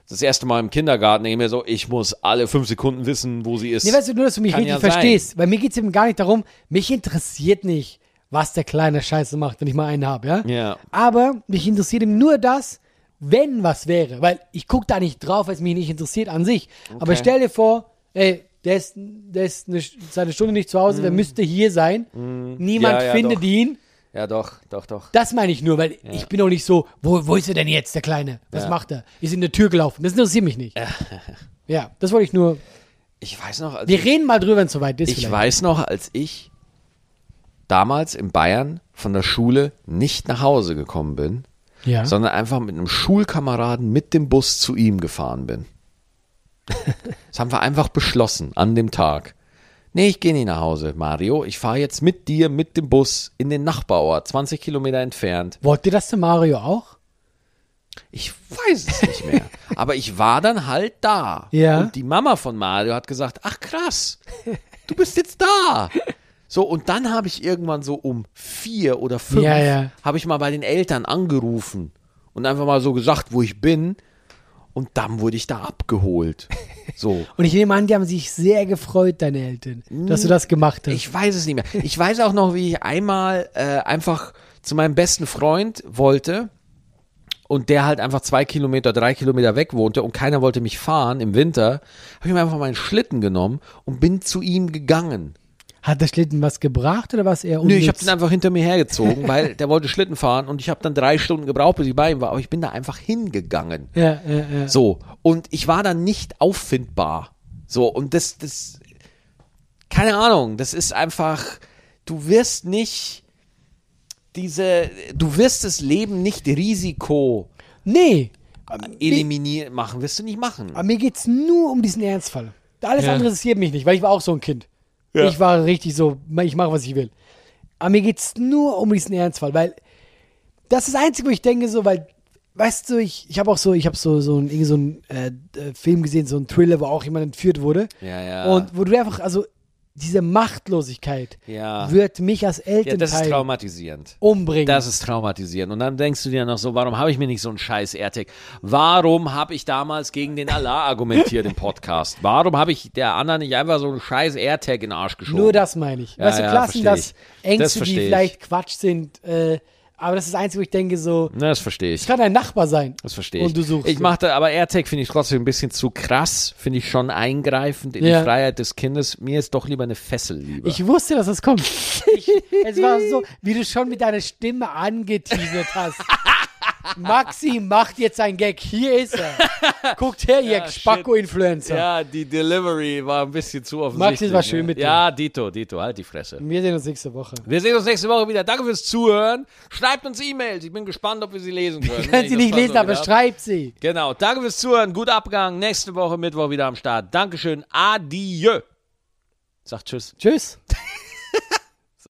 Speaker 1: das erste Mal im Kindergarten, denke ich mir so, ich muss alle fünf Sekunden wissen, wo sie ist.
Speaker 2: Nee, weißt du, nur, dass du mich
Speaker 1: Kann
Speaker 2: richtig
Speaker 1: ja sein.
Speaker 2: verstehst. Weil mir geht es eben gar nicht darum, mich interessiert nicht, was der kleine Scheiße macht, wenn ich mal einen habe, ja?
Speaker 1: Ja.
Speaker 2: Aber mich interessiert eben nur das, wenn was wäre. Weil ich gucke da nicht drauf, weil es mich nicht interessiert an sich. Aber stell dir vor, ey, der ist, der ist eine, seine Stunde nicht zu Hause, der müsste hier sein. Niemand
Speaker 1: Mhm. Ja, ja,
Speaker 2: findet
Speaker 1: doch.
Speaker 2: ihn.
Speaker 1: Ja, doch, doch, doch.
Speaker 2: Das meine ich nur, weil ich bin auch nicht so, wo, wo ist er denn jetzt, der Kleine? Was
Speaker 1: Ja.
Speaker 2: macht er? Ist in der Tür gelaufen. Das interessiert mich nicht. ja, das wollte ich nur.
Speaker 1: Ich weiß noch, als
Speaker 2: Wir reden mal drüber, wenn es soweit ist.
Speaker 1: ich
Speaker 2: vielleicht.
Speaker 1: weiß noch, als ich damals in Bayern von der Schule nicht nach Hause gekommen bin,
Speaker 2: Ja.
Speaker 1: sondern einfach mit einem Schulkameraden mit dem Bus zu ihm gefahren bin. das haben wir einfach beschlossen an dem Tag. Nee, ich gehe nicht nach Hause, Mario. Ich fahre jetzt mit dir mit dem Bus in den Nachbarort, 20 Kilometer entfernt.
Speaker 2: Wollt ihr das zu Mario auch?
Speaker 1: Ich weiß es nicht mehr. Aber ich war dann halt da.
Speaker 2: Ja.
Speaker 1: Und die Mama von Mario hat gesagt, ach krass, du bist jetzt da. So, und dann habe ich irgendwann so um vier oder fünf,
Speaker 2: Ja, ja.
Speaker 1: habe ich mal bei den Eltern angerufen und einfach mal so gesagt, wo ich bin. Und dann wurde ich da abgeholt. So.
Speaker 2: Und ich nehme an, die haben sich sehr gefreut, deine Eltern, dass du das gemacht hast.
Speaker 1: Ich weiß es nicht mehr. Ich weiß auch noch, wie ich einmal äh, einfach zu meinem besten Freund wollte und der halt einfach zwei Kilometer, drei Kilometer weg wohnte und keiner wollte mich fahren im Winter, habe ich mir einfach meinen Schlitten genommen und bin zu ihm gegangen.
Speaker 2: Hat der Schlitten was gebracht oder was eher
Speaker 1: Nö,
Speaker 2: unnütz?
Speaker 1: ich habe den einfach hinter mir hergezogen, weil der wollte Schlitten fahren und ich habe dann drei Stunden gebraucht, bis ich bei ihm war, aber ich bin da einfach hingegangen.
Speaker 2: ja, ja, ja.
Speaker 1: So, und ich war dann nicht auffindbar. So, und das, das, keine Ahnung, das ist einfach, du wirst nicht diese, du wirst das Leben nicht Risiko
Speaker 2: Nee,
Speaker 1: eliminieren, machen, wirst du nicht machen.
Speaker 2: aber mir geht es nur um diesen Ernstfall. Alles
Speaker 1: Ja.
Speaker 2: andere interessiert mich nicht, weil ich war auch so ein Kind.
Speaker 1: Ja.
Speaker 2: Ich war richtig so, ich mache, was ich will. Aber mir geht es nur um diesen Ernstfall, weil das ist das Einzige, wo ich denke, so, weil, weißt du, ich, ich habe auch so, ich habe so, so einen, irgend so einen äh, äh, Film gesehen, so einen Thriller, wo auch jemand entführt wurde.
Speaker 1: Ja, ja.
Speaker 2: Und wo du einfach, also diese Machtlosigkeit
Speaker 1: Ja.
Speaker 2: wird mich als
Speaker 1: ja, das ist
Speaker 2: Elternteil
Speaker 1: traumatisierend.
Speaker 2: umbringen.
Speaker 1: Das ist traumatisierend. Und dann denkst du dir noch so, warum habe ich mir nicht so einen scheiß AirTag? Warum habe ich damals gegen den Allah argumentiert im Podcast? Warum habe ich der Anna nicht einfach so einen scheiß AirTag in den Arsch geschoben?
Speaker 2: Nur das meine ich.
Speaker 1: Ja,
Speaker 2: weißt du,
Speaker 1: ja,
Speaker 2: klar sind das
Speaker 1: versteh ich. Das
Speaker 2: Ängste,
Speaker 1: versteh
Speaker 2: die
Speaker 1: ich.
Speaker 2: vielleicht Quatsch sind, äh, aber das ist das Einzige, wo ich denke, so,
Speaker 1: Na, das verstehe ich.
Speaker 2: es kann dein Nachbar sein.
Speaker 1: Das verstehe ich.
Speaker 2: Und du suchst.
Speaker 1: Ich machte, aber AirTag finde ich trotzdem ein bisschen zu krass, finde ich schon eingreifend in
Speaker 2: Ja.
Speaker 1: die Freiheit des Kindes. Mir ist doch lieber eine Fessel lieber.
Speaker 2: ich wusste, dass das kommt. Ich, es war so, wie du schon mit deiner Stimme angeteasert hast. Maxi macht jetzt einen Gag. Hier ist er. Guckt her, ihr Spacko-Influencer.
Speaker 1: Ja, die Delivery war ein bisschen zu offensichtlich.
Speaker 2: Maxi, es war schön
Speaker 1: ne?
Speaker 2: mit dir.
Speaker 1: Ja, Dito, Dito, halt die Fresse.
Speaker 2: Wir sehen uns nächste Woche.
Speaker 1: Wir sehen uns nächste Woche wieder. Danke fürs Zuhören. Schreibt uns E-Mails. Ich bin gespannt, ob wir sie lesen können.
Speaker 2: Kann sie
Speaker 1: Wenn ich
Speaker 2: nicht
Speaker 1: das
Speaker 2: lesen,
Speaker 1: mal so
Speaker 2: aber
Speaker 1: wieder hab.
Speaker 2: schreibt sie.
Speaker 1: Genau. Danke fürs Zuhören. Gut Abgang. Nächste Woche Mittwoch wieder am Start. Dankeschön. Adieu. Sagt Tschüss.
Speaker 2: Tschüss.